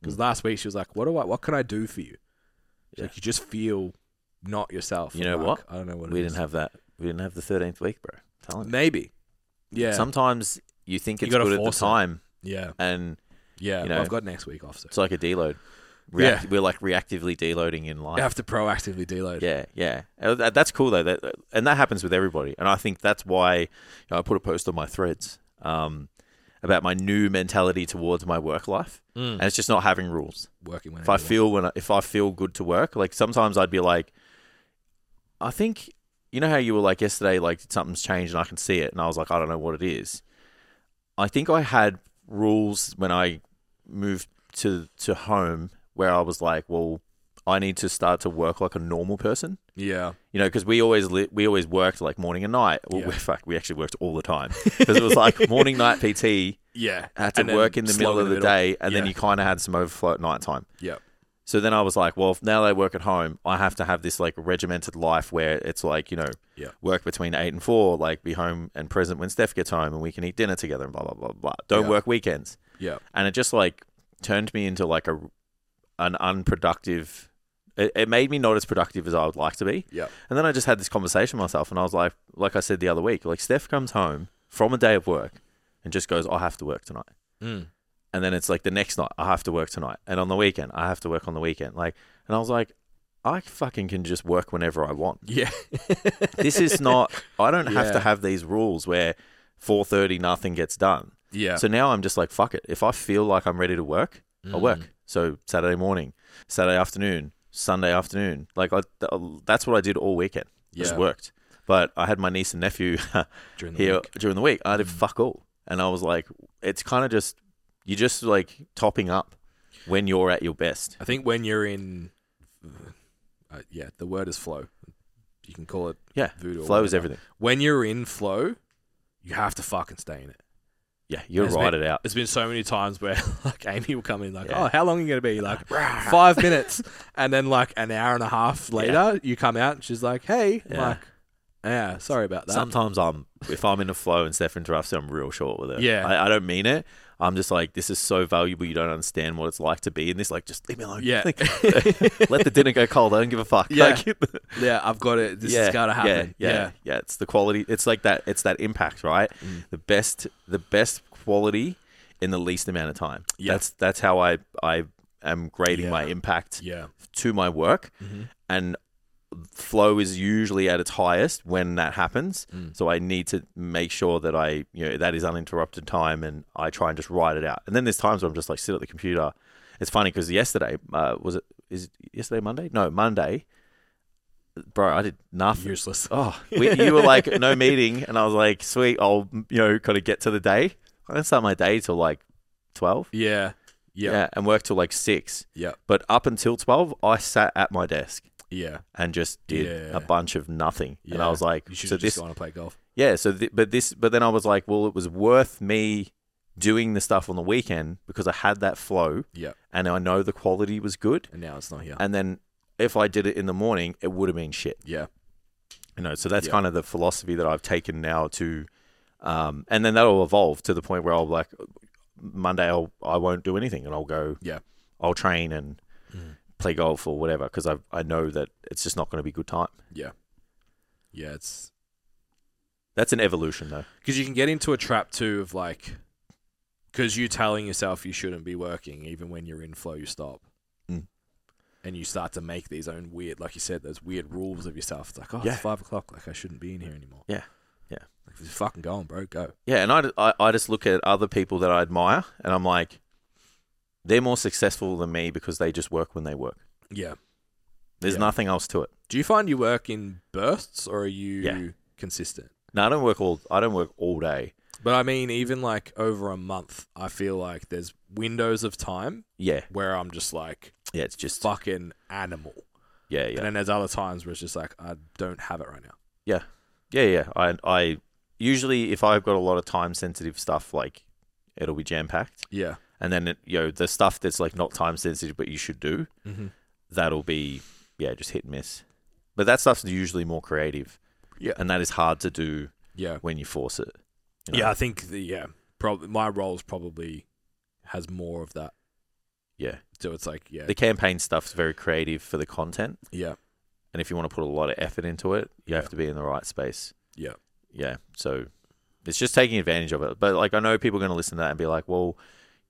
Speaker 1: Because
Speaker 3: Mm.
Speaker 1: last week she was like, "What do I? What can I do for you?" She's
Speaker 3: Yeah.
Speaker 1: Like you just feel not yourself.
Speaker 3: You know
Speaker 1: Like,
Speaker 3: what?
Speaker 1: I don't know what
Speaker 3: We
Speaker 1: it is.
Speaker 3: didn't have that. We didn't have the 13th week, bro. I'm telling you.
Speaker 1: Maybe. Yeah.
Speaker 3: Sometimes you think
Speaker 1: You
Speaker 3: it's
Speaker 1: gotta
Speaker 3: good at the
Speaker 1: force it.
Speaker 3: time,
Speaker 1: Yeah.
Speaker 3: and
Speaker 1: Yeah.
Speaker 3: You
Speaker 1: well,
Speaker 3: know.
Speaker 1: I've got next week off, so
Speaker 3: it's like a deload.
Speaker 1: Yeah.
Speaker 3: React- We're like reactively deloading in
Speaker 1: you
Speaker 3: life.
Speaker 1: have to proactively deload.
Speaker 3: Yeah, yeah. Uh, that- That's cool though. That, and that happens with everybody. And I think that's why you know, I put a post on my threads um, about my new mentality towards my work life,
Speaker 1: Mm.
Speaker 3: and it's just not having rules.
Speaker 1: Working when
Speaker 3: If I feel when I, if I feel good to work, like sometimes I'd be like, I think you know how you were like yesterday, like something's changed and I can see it, and I was like, I don't know what it is. I think I had rules when I moved to to home where I was like, well, I need to start to work like a normal person
Speaker 1: Yeah.
Speaker 3: you know, because we always li- we always worked like morning and night. Well,
Speaker 1: Yeah.
Speaker 3: we, fuck, we actually worked all the time because it was like morning night PT.
Speaker 1: Yeah.
Speaker 3: Had to
Speaker 1: And then
Speaker 3: work in the
Speaker 1: slow
Speaker 3: middle
Speaker 1: in
Speaker 3: of
Speaker 1: the
Speaker 3: the,
Speaker 1: middle.
Speaker 3: day, and then
Speaker 1: Yeah.
Speaker 3: you kind of had some overflow at night time.
Speaker 1: Yep.
Speaker 3: So then I was like, well, if now they work at home. I have to have this like regimented life where it's like you know,
Speaker 1: Yeah.
Speaker 3: work between eight and four, like be home and present when Steph gets home, and we can eat dinner together and blah blah blah blah. Don't
Speaker 1: Yeah.
Speaker 3: work weekends.
Speaker 1: Yeah.
Speaker 3: And it just like turned me into like a an unproductive. It, it made me not as productive as I would like to be.
Speaker 1: Yeah.
Speaker 3: And then I just had this conversation with myself, and I was like, like I said the other week, like Steph comes home from a day of work and just goes, I have to work tonight.
Speaker 1: Mm.
Speaker 3: And then it's like the next night, I have to work tonight, and on the weekend, I have to work on the weekend. Like, and I was like, I fucking can just work whenever I want.
Speaker 1: Yeah.
Speaker 3: This is not. I don't have
Speaker 1: Yeah.
Speaker 3: to have these rules where four thirty nothing gets done.
Speaker 1: Yeah.
Speaker 3: So now I'm just like, fuck it. If I feel like I'm ready to work, I
Speaker 1: Mm.
Speaker 3: work. So Saturday morning, Saturday afternoon, Sunday afternoon. Like I, th- that's what I did all weekend.
Speaker 1: Yeah.
Speaker 3: Just worked. But I had my niece and nephew
Speaker 1: During the
Speaker 3: here
Speaker 1: week.
Speaker 3: during the week. I did
Speaker 1: Mm.
Speaker 3: fuck all, and I was like, it's kind of just you're just like topping up when you're at your best.
Speaker 1: I think when you're in, uh, yeah, the word is flow. You can call it
Speaker 3: Yeah,
Speaker 1: voodoo. or
Speaker 3: Flow is
Speaker 1: whatever.
Speaker 3: everything.
Speaker 1: When you're in flow, you have to fucking stay in it.
Speaker 3: Yeah, you
Speaker 1: That's
Speaker 3: ride it out.
Speaker 1: There's been so many times where like Amy will come in like,
Speaker 3: Yeah.
Speaker 1: oh, how long are you gonna be? Like five minutes, and then like an hour and a half later, you come out and she's like, hey, I'm
Speaker 3: Yeah.
Speaker 1: like, yeah, sorry about that.
Speaker 3: Sometimes I'm if I'm in a flow and Steph interrupts, I'm real short with it.
Speaker 1: Yeah.
Speaker 3: I, I don't mean it. I'm just like, this is so valuable. You don't understand what it's like to be in this. Like, just leave me alone.
Speaker 1: Yeah.
Speaker 3: Like, let the dinner go cold. I don't give a fuck.
Speaker 1: Yeah.
Speaker 3: Like,
Speaker 1: yeah, I've got it. This has gotta happen.
Speaker 3: Yeah, yeah, yeah. It's the quality. It's like that. It's that impact, right?
Speaker 1: Mm.
Speaker 3: The best, the best quality in the least amount of time.
Speaker 1: Yeah.
Speaker 3: That's that's how I I am grading
Speaker 1: Yeah.
Speaker 3: my impact
Speaker 1: yeah.
Speaker 3: to my work,
Speaker 1: Mhm.
Speaker 3: and flow is usually at its highest when that happens.
Speaker 1: Mm.
Speaker 3: So I need to make sure that I you know that is uninterrupted time, and I try and just ride it out. And then there's times where I'm just like sit at the computer. It's funny because yesterday uh, was it is it yesterday Monday? No, Monday. Bro, I did nothing.
Speaker 1: Useless.
Speaker 3: Oh, we, you were like, no meeting. And I was like, sweet, I'll, you know, kind of get to the day. I didn't start my day till like 12.
Speaker 1: Yeah. Yeah.
Speaker 3: Yeah. And work till like six.
Speaker 1: Yep.
Speaker 3: But up until 12, I sat at my desk
Speaker 1: Yeah.
Speaker 3: and just did
Speaker 1: Yeah.
Speaker 3: a bunch of nothing. And
Speaker 1: Yeah.
Speaker 3: I was like,
Speaker 1: You should
Speaker 3: so
Speaker 1: just
Speaker 3: this,
Speaker 1: go on and play golf.
Speaker 3: yeah. So, th- but this, but then I was like, well, it was worth me doing the stuff on the weekend because I had that flow
Speaker 1: Yep.
Speaker 3: and I know the quality was good.
Speaker 1: And now it's not here.
Speaker 3: And then if I did it in the morning, it would have been shit.
Speaker 1: Yeah.
Speaker 3: you know so that's
Speaker 1: Yeah.
Speaker 3: kind of the philosophy that i've taken now to um, and then that'll evolve to the point where i'll like monday I'll, i won't do anything and i'll go
Speaker 1: Yeah.
Speaker 3: i'll train and play golf or whatever because i i know that it's just not going to be good time
Speaker 1: Yeah. It's
Speaker 3: that's an evolution though
Speaker 1: because you can get into a trap too of like because you telling yourself you shouldn't be working even when you're in flow you stop
Speaker 3: Mm.
Speaker 1: and you start to make these own weird like you said those weird rules of yourself it's like oh
Speaker 3: Yeah.
Speaker 1: it's five o'clock like i shouldn't be in here anymore
Speaker 3: Yeah. Yeah.
Speaker 1: like just fucking go on bro go
Speaker 3: yeah and I, I i just look at other people that i admire and i'm like they're more successful than me because they just work when they work
Speaker 1: yeah
Speaker 3: there's
Speaker 1: Yeah.
Speaker 3: nothing else to it
Speaker 1: do you find you work in bursts or are you
Speaker 3: Yeah.
Speaker 1: consistent
Speaker 3: no i don't work all i don't work all day
Speaker 1: but i mean even like over a month i feel like there's windows of time
Speaker 3: yeah
Speaker 1: where i'm just like
Speaker 3: yeah it's just
Speaker 1: fucking animal
Speaker 3: yeah yeah
Speaker 1: and then there's other times where it's just like i don't have it right now
Speaker 3: Yeah, yeah. I I usually if I've got a lot of time sensitive stuff, like it'll be jam packed,
Speaker 1: yeah
Speaker 3: and then it, you know the stuff that's like not time sensitive but you should do,
Speaker 1: mm-hmm.
Speaker 3: that'll be yeah just hit and miss. But that stuff's usually more creative.
Speaker 1: Yeah.
Speaker 3: and that is hard to do
Speaker 1: Yeah.
Speaker 3: when you force it. you know?
Speaker 1: Yeah, I think the yeah, probably my role's probably has more of that.
Speaker 3: yeah.
Speaker 1: So it's like yeah,
Speaker 3: The campaign stuff's very creative for the content,
Speaker 1: yeah,
Speaker 3: and if you want to put a lot of effort into it, you
Speaker 1: Yeah.
Speaker 3: have to be in the right space.
Speaker 1: Yeah.
Speaker 3: yeah. So It's just taking advantage of it. But like, I know people are going to listen to that and be like, well,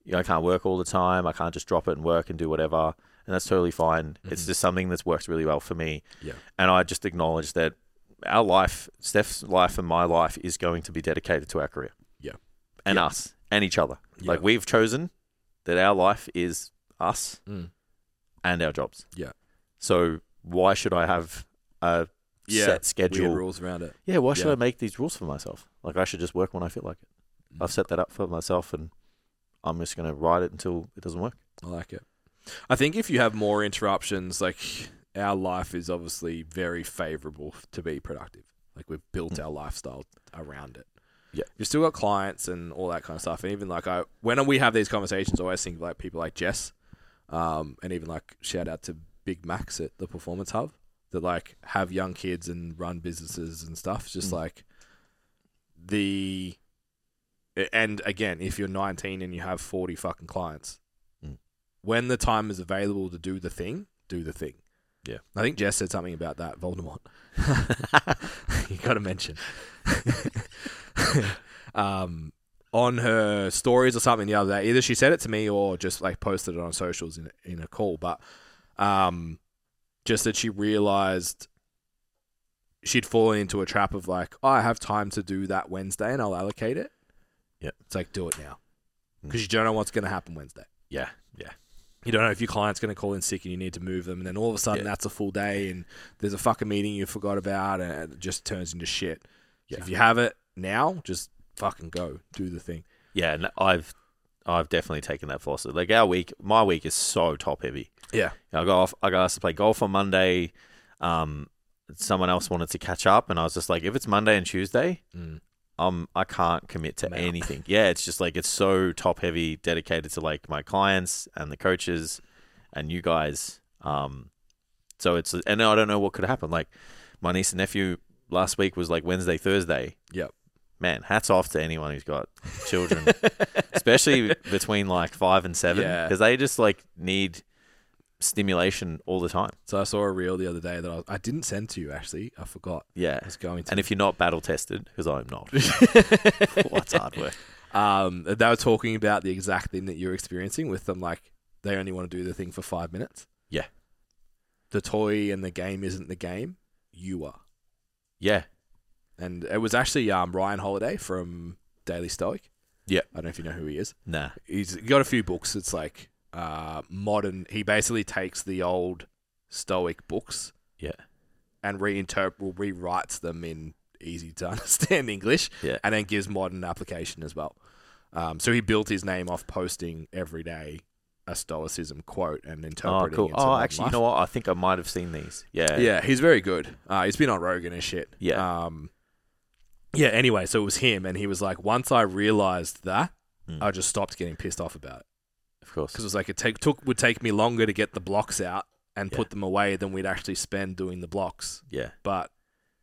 Speaker 3: you know, I can't work all the time. I can't just drop it and work and do whatever. And that's totally fine. It's
Speaker 1: Mhm.
Speaker 3: just something that's works really well for me.
Speaker 1: Yeah.
Speaker 3: And I just acknowledge that our life, Steph's life and my life is going to be dedicated to our career.
Speaker 1: Yeah.
Speaker 3: And us and each other.
Speaker 1: Yeah.
Speaker 3: Like we've chosen that our life is us
Speaker 1: Mm.
Speaker 3: and our jobs.
Speaker 1: Yeah.
Speaker 3: So why should I have a
Speaker 1: Yeah,
Speaker 3: set
Speaker 1: Weird
Speaker 3: schedule?
Speaker 1: rules around it.
Speaker 3: Yeah, why should
Speaker 1: Yeah.
Speaker 3: I make these rules for myself? Like I should just work when I feel like it.
Speaker 1: Mm.
Speaker 3: I've set that up for myself and I'm just going to ride it until it doesn't work.
Speaker 1: I like it. I think if you have more interruptions, like our life is obviously very favorable to be productive. Like we've built
Speaker 3: Mm.
Speaker 1: our lifestyle around it.
Speaker 3: Yeah.
Speaker 1: You've still got clients and all that kind of stuff. And even like I when we have these conversations, I always think of like people like Jess. Um, and even like shout out to Big Max at the Performance Hub that like have young kids and run businesses and stuff. It's Just
Speaker 3: Mm.
Speaker 1: like the and again, if you're 19 and you have 40 fucking clients,
Speaker 3: Hmm.
Speaker 1: when the time is available to do the thing, do the thing.
Speaker 3: Yeah.
Speaker 1: I think Jess said something about that, Voldemort. you got to mention. um, on her stories or something the other day, either she said it to me or just like posted it on socials in, in a call, but um, just that she realized she'd fallen into a trap of like, oh, I have time to do that Wednesday and I'll allocate it.
Speaker 3: Yep.
Speaker 1: It's like, do it now
Speaker 3: Mm.
Speaker 1: because you don't know what's going to happen Wednesday
Speaker 3: Yeah.
Speaker 1: you don't know if your client's going to call in sick and you need to move them, and then all of a sudden
Speaker 3: Yeah.
Speaker 1: that's a full day, and there's a fucking meeting you forgot about, and it just turns into shit. So
Speaker 3: Yeah.
Speaker 1: If you have it now, just fucking go, do the thing.
Speaker 3: Yeah, and I've I've definitely taken that philosophy. Like our week, my week is so top heavy.
Speaker 1: Yeah.
Speaker 3: You know, I got off. I got asked to play golf on Monday. Um, someone else wanted to catch up, and I was just like, if it's Monday and Tuesday,
Speaker 1: Mm.
Speaker 3: um, I can't commit to
Speaker 1: I'm out.
Speaker 3: anything. Yeah, it's just like it's so top heavy, dedicated to like my clients and the coaches and you guys. Um, so it's and I don't know what could happen. Like my niece and nephew last week was like Wednesday, Thursday.
Speaker 1: Yep.
Speaker 3: Man, hats off to anyone who's got children, especially between like five and seven,
Speaker 1: Yeah.
Speaker 3: because they just like need stimulation all the time.
Speaker 1: So I saw a reel the other day that I, was, I didn't send to you actually. I forgot.
Speaker 3: Yeah.
Speaker 1: I was going to.
Speaker 3: And if you're not battle tested, because I'm not, what's hard work?
Speaker 1: um, they were talking about the exact thing that you're experiencing with them, like they only want to do the thing for five minutes.
Speaker 3: Yeah.
Speaker 1: The toy and the game isn't the game. You are.
Speaker 3: Yeah.
Speaker 1: and it was actually um, Ryan Holiday from Daily Stoic.
Speaker 3: Yeah.
Speaker 1: I don't know if you know who he is.
Speaker 3: Nah.
Speaker 1: He's got a few books. It's like uh, modern. He basically takes the old Stoic books,
Speaker 3: Yeah.
Speaker 1: and reinterpret, well, rewrites them in easy to understand English,
Speaker 3: Yeah.
Speaker 1: and then gives modern application as well. Um, so he built his name off posting every day a Stoicism quote and
Speaker 3: Oh,
Speaker 1: interpreting.
Speaker 3: cool.
Speaker 1: it to
Speaker 3: Oh,
Speaker 1: modern
Speaker 3: actually,
Speaker 1: life.
Speaker 3: you know what? I think I might have seen these. Yeah.
Speaker 1: Yeah, he's very good. Uh, he's been on Rogan and shit.
Speaker 3: Yeah.
Speaker 1: Um, yeah. Anyway, so it was him, and he was like, once I realized that,
Speaker 3: Mm.
Speaker 1: I just stopped getting pissed off about it
Speaker 3: Of course.
Speaker 1: because it was like it take, took would take me longer to get the blocks out and
Speaker 3: Yeah.
Speaker 1: put them away than we'd actually spend doing the blocks.
Speaker 3: Yeah.
Speaker 1: But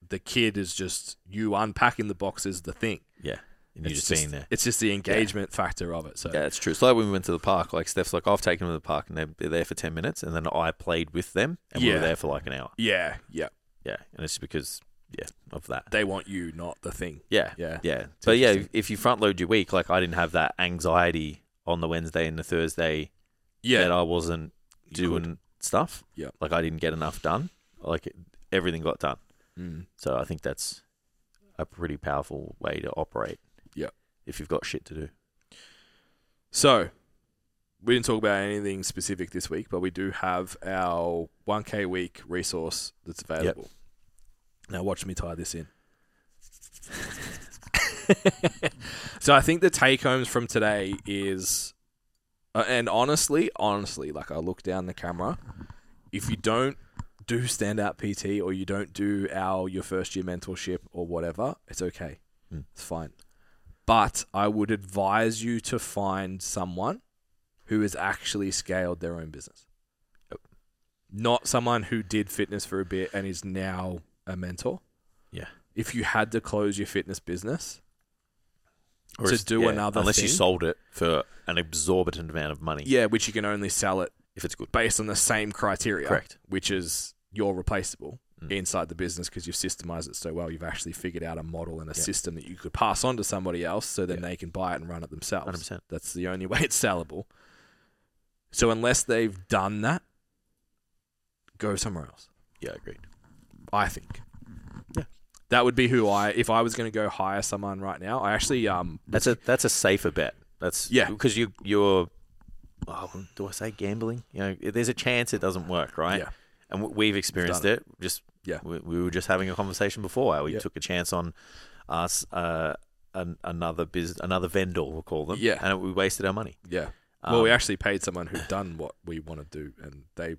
Speaker 1: the kid is just you unpacking the box is the thing.
Speaker 3: Yeah. And you're
Speaker 1: It's
Speaker 3: just being there.
Speaker 1: It's just the engagement factor of it. So
Speaker 3: Yeah, it's true. It's like when we went to the park. Like Steph's like, I've taken them to the park, and they're, they're there for ten minutes, and then I played with them, and we
Speaker 1: Yeah.
Speaker 3: were there for like an hour.
Speaker 1: yeah, yeah,
Speaker 3: Yeah, and it's because yeah of that.
Speaker 1: they want you, not the thing.
Speaker 3: Yeah,
Speaker 1: Yeah,
Speaker 3: yeah. But yeah,
Speaker 1: interesting.
Speaker 3: if you front load your week, like I didn't have that anxiety on the Wednesday and the Thursday that
Speaker 1: yeah.
Speaker 3: I wasn't
Speaker 1: You could.
Speaker 3: doing stuff.
Speaker 1: Yeah.
Speaker 3: like I didn't get enough done. Like everything got done.
Speaker 1: Mm.
Speaker 3: So I think that's a pretty powerful way to operate.
Speaker 1: Yeah.
Speaker 3: if you've got shit to do.
Speaker 1: So, we didn't talk about anything specific this week, but we do have our 1K week resource that's available. Now, watch me tie this in. so, I think the take homes from today is, uh, and honestly, honestly, like I look down the camera, if you don't do standout PT or you don't do our your first year mentorship or whatever, it's okay.
Speaker 3: Mm.
Speaker 1: It's fine but I would advise you to find someone who has actually scaled their own business.
Speaker 3: Yep.
Speaker 1: Not someone who did fitness for a bit and is now a mentor.
Speaker 3: Yeah.
Speaker 1: If you had to close your fitness business,
Speaker 3: Or
Speaker 1: To
Speaker 3: it's-
Speaker 1: do another
Speaker 3: unless you
Speaker 1: thing.
Speaker 3: sold it for an exorbitant amount of money,
Speaker 1: yeah, which you can only sell it
Speaker 3: if it's good.
Speaker 1: based on the same criteria,
Speaker 3: Correct.
Speaker 1: which is you're replaceable.
Speaker 3: Mm.
Speaker 1: inside the business because you've systemized it so well. You've actually figured out a model and a
Speaker 3: Yeah.
Speaker 1: system that you could pass on to somebody else so then they can buy it and run it themselves.
Speaker 3: 100%.
Speaker 1: That's the only way it's sellable. So unless they've done that, go somewhere else.
Speaker 3: Yeah, agreed.
Speaker 1: I think.
Speaker 3: Yeah.
Speaker 1: That would be who I if I was going to go hire someone right now. I actually um
Speaker 3: That's a that's a safer bet. That's
Speaker 1: Yeah.
Speaker 3: because you you're. Oh, do I say gambling? You know, there's a chance it doesn't work, right?
Speaker 1: Yeah.
Speaker 3: And w- we've experienced
Speaker 1: done
Speaker 3: it. Just
Speaker 1: Yeah.
Speaker 3: we, we were just having a conversation before. How we
Speaker 1: Yeah.
Speaker 3: took a chance on us, uh, an, another biz, another vendor, we'll call them.
Speaker 1: Yeah.
Speaker 3: and we wasted our money.
Speaker 1: yeah. well, we
Speaker 3: Um,
Speaker 1: actually paid someone who'd done what we want to do and they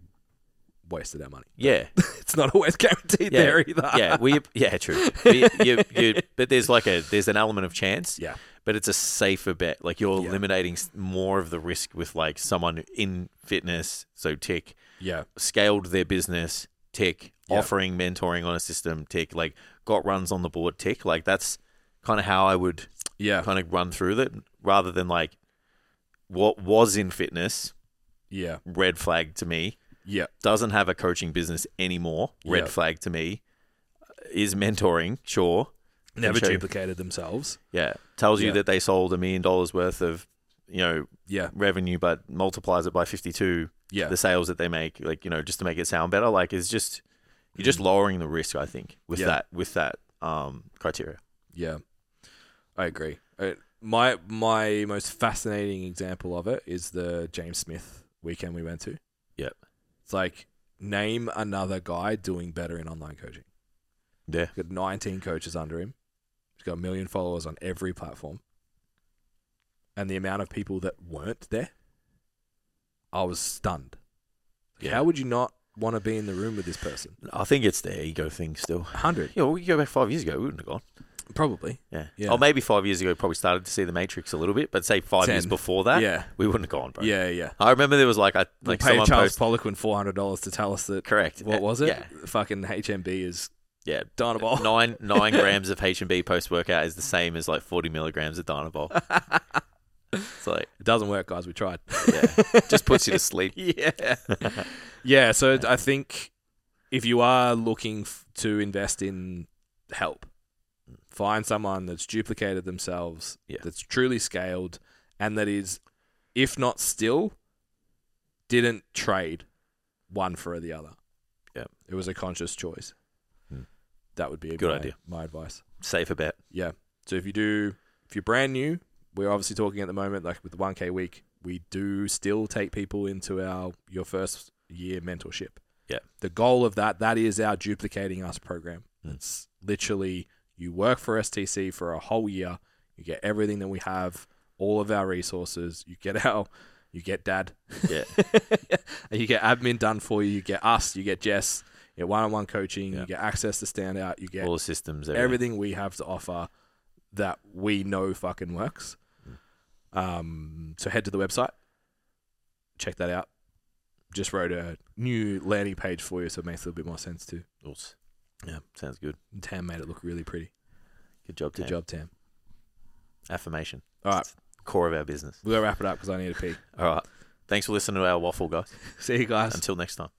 Speaker 1: wasted our money.
Speaker 3: yeah,
Speaker 1: It's not always guaranteed
Speaker 3: Yeah.
Speaker 1: there either.
Speaker 3: yeah, we, yeah, true. You- you- you- but there's like a there's an element of chance.
Speaker 1: Yeah.
Speaker 3: but it's a safer bet. Like you're
Speaker 1: Yeah.
Speaker 3: eliminating s- more of the risk with like someone in fitness, so tick
Speaker 1: Yeah.
Speaker 3: scaled their business, tick
Speaker 1: Yep.
Speaker 3: offering mentoring on a system, tick like got runs on the board, tick like that's kind of how I would
Speaker 1: Yeah.
Speaker 3: kind of run through that rather than like what was in fitness
Speaker 1: Yeah.
Speaker 3: red flag to me
Speaker 1: Yeah.
Speaker 3: doesn't have a coaching business anymore red
Speaker 1: Yep.
Speaker 3: flag to me is mentoring sure
Speaker 1: Never
Speaker 3: show you-
Speaker 1: duplicated themselves.
Speaker 3: Yeah. Tells you
Speaker 1: Yeah.
Speaker 3: that they sold a million dollars worth of, you know,
Speaker 1: Yeah.
Speaker 3: revenue, but multiplies it by 52,
Speaker 1: Yeah.
Speaker 3: the sales that they make, like, you know, just to make it sound better. Like, it's just, you're just lowering the risk, I think, with
Speaker 1: Yeah.
Speaker 3: that, with that um, criteria.
Speaker 1: Yeah, I agree. Uh, my my most fascinating example of it is the James Smith weekend we went to.
Speaker 3: Yep.
Speaker 1: it's like name another guy doing better in online coaching.
Speaker 3: Yeah.
Speaker 1: He's got 19 coaches under him. He's got a million followers on every platform. And the amount of people that weren't there, I was stunned.
Speaker 3: Yeah.
Speaker 1: How would you not want to be in the room with this person?
Speaker 3: I think it's the ego thing still.
Speaker 1: 100,
Speaker 3: Yeah, well, you go back five years ago, we wouldn't have gone.
Speaker 1: probably.
Speaker 3: Yeah.
Speaker 1: Yeah.
Speaker 3: Or maybe five years ago, probably started to see the Matrix a little bit, but say five years
Speaker 1: Ten.
Speaker 3: before that,
Speaker 1: yeah,
Speaker 3: we wouldn't have gone, bro.
Speaker 1: yeah, yeah.
Speaker 3: I remember there was like, I
Speaker 1: We
Speaker 3: like
Speaker 1: paid
Speaker 3: someone
Speaker 1: Charles
Speaker 3: posted.
Speaker 1: Poliquin four hundred dollars to tell us that
Speaker 3: Correct.
Speaker 1: what was it?
Speaker 3: Yeah.
Speaker 1: Fucking HMB is
Speaker 3: Yeah.
Speaker 1: Dynabol.
Speaker 3: Nine nine grams of H and B post workout is the same as like forty milligrams of Dynabol. it's like
Speaker 1: it doesn't work, guys. We tried.
Speaker 3: yeah, just puts you to sleep.
Speaker 1: yeah, yeah. So I think if you are looking f- to invest in help, find someone that's duplicated themselves,
Speaker 3: Yeah.
Speaker 1: that's truly scaled, and that is, if not still, didn't trade one for the other.
Speaker 3: Yeah.
Speaker 1: it was a conscious choice.
Speaker 3: Hmm.
Speaker 1: That would be a
Speaker 3: Good
Speaker 1: my-
Speaker 3: idea.
Speaker 1: My advice.
Speaker 3: Safer bet.
Speaker 1: So if you do, if you're brand new, we're obviously talking at the moment, like with the 1K week, we do still take people into our your first year mentorship.
Speaker 3: Yeah.
Speaker 1: The goal of that, that is our duplicating us program.
Speaker 3: Mm.
Speaker 1: It's literally you work for STC for a whole year. You get everything that we have, all of our resources. You get our, you get dad.
Speaker 3: Yeah.
Speaker 1: and you get admin done for you. You get us. You get Jess. You get one-on-one coaching.
Speaker 3: Yeah.
Speaker 1: You get access to standout. You get
Speaker 3: All the systems. Everything.
Speaker 1: everything we have to offer that we know fucking works. Um, so head to the website, check that out. Just wrote a new landing page for you, so it makes a little bit more sense too.
Speaker 3: Oops. Yeah, sounds good.
Speaker 1: And Tam made it look really pretty.
Speaker 3: Good job,
Speaker 1: Good
Speaker 3: Tam.
Speaker 1: job, Tam.
Speaker 3: Affirmation.
Speaker 1: All right,
Speaker 3: Core of our business.
Speaker 1: we're gonna wrap it up because I need a pee.
Speaker 3: All right. Thanks for listening to our waffle, guys.
Speaker 1: See you guys.
Speaker 3: Until next time.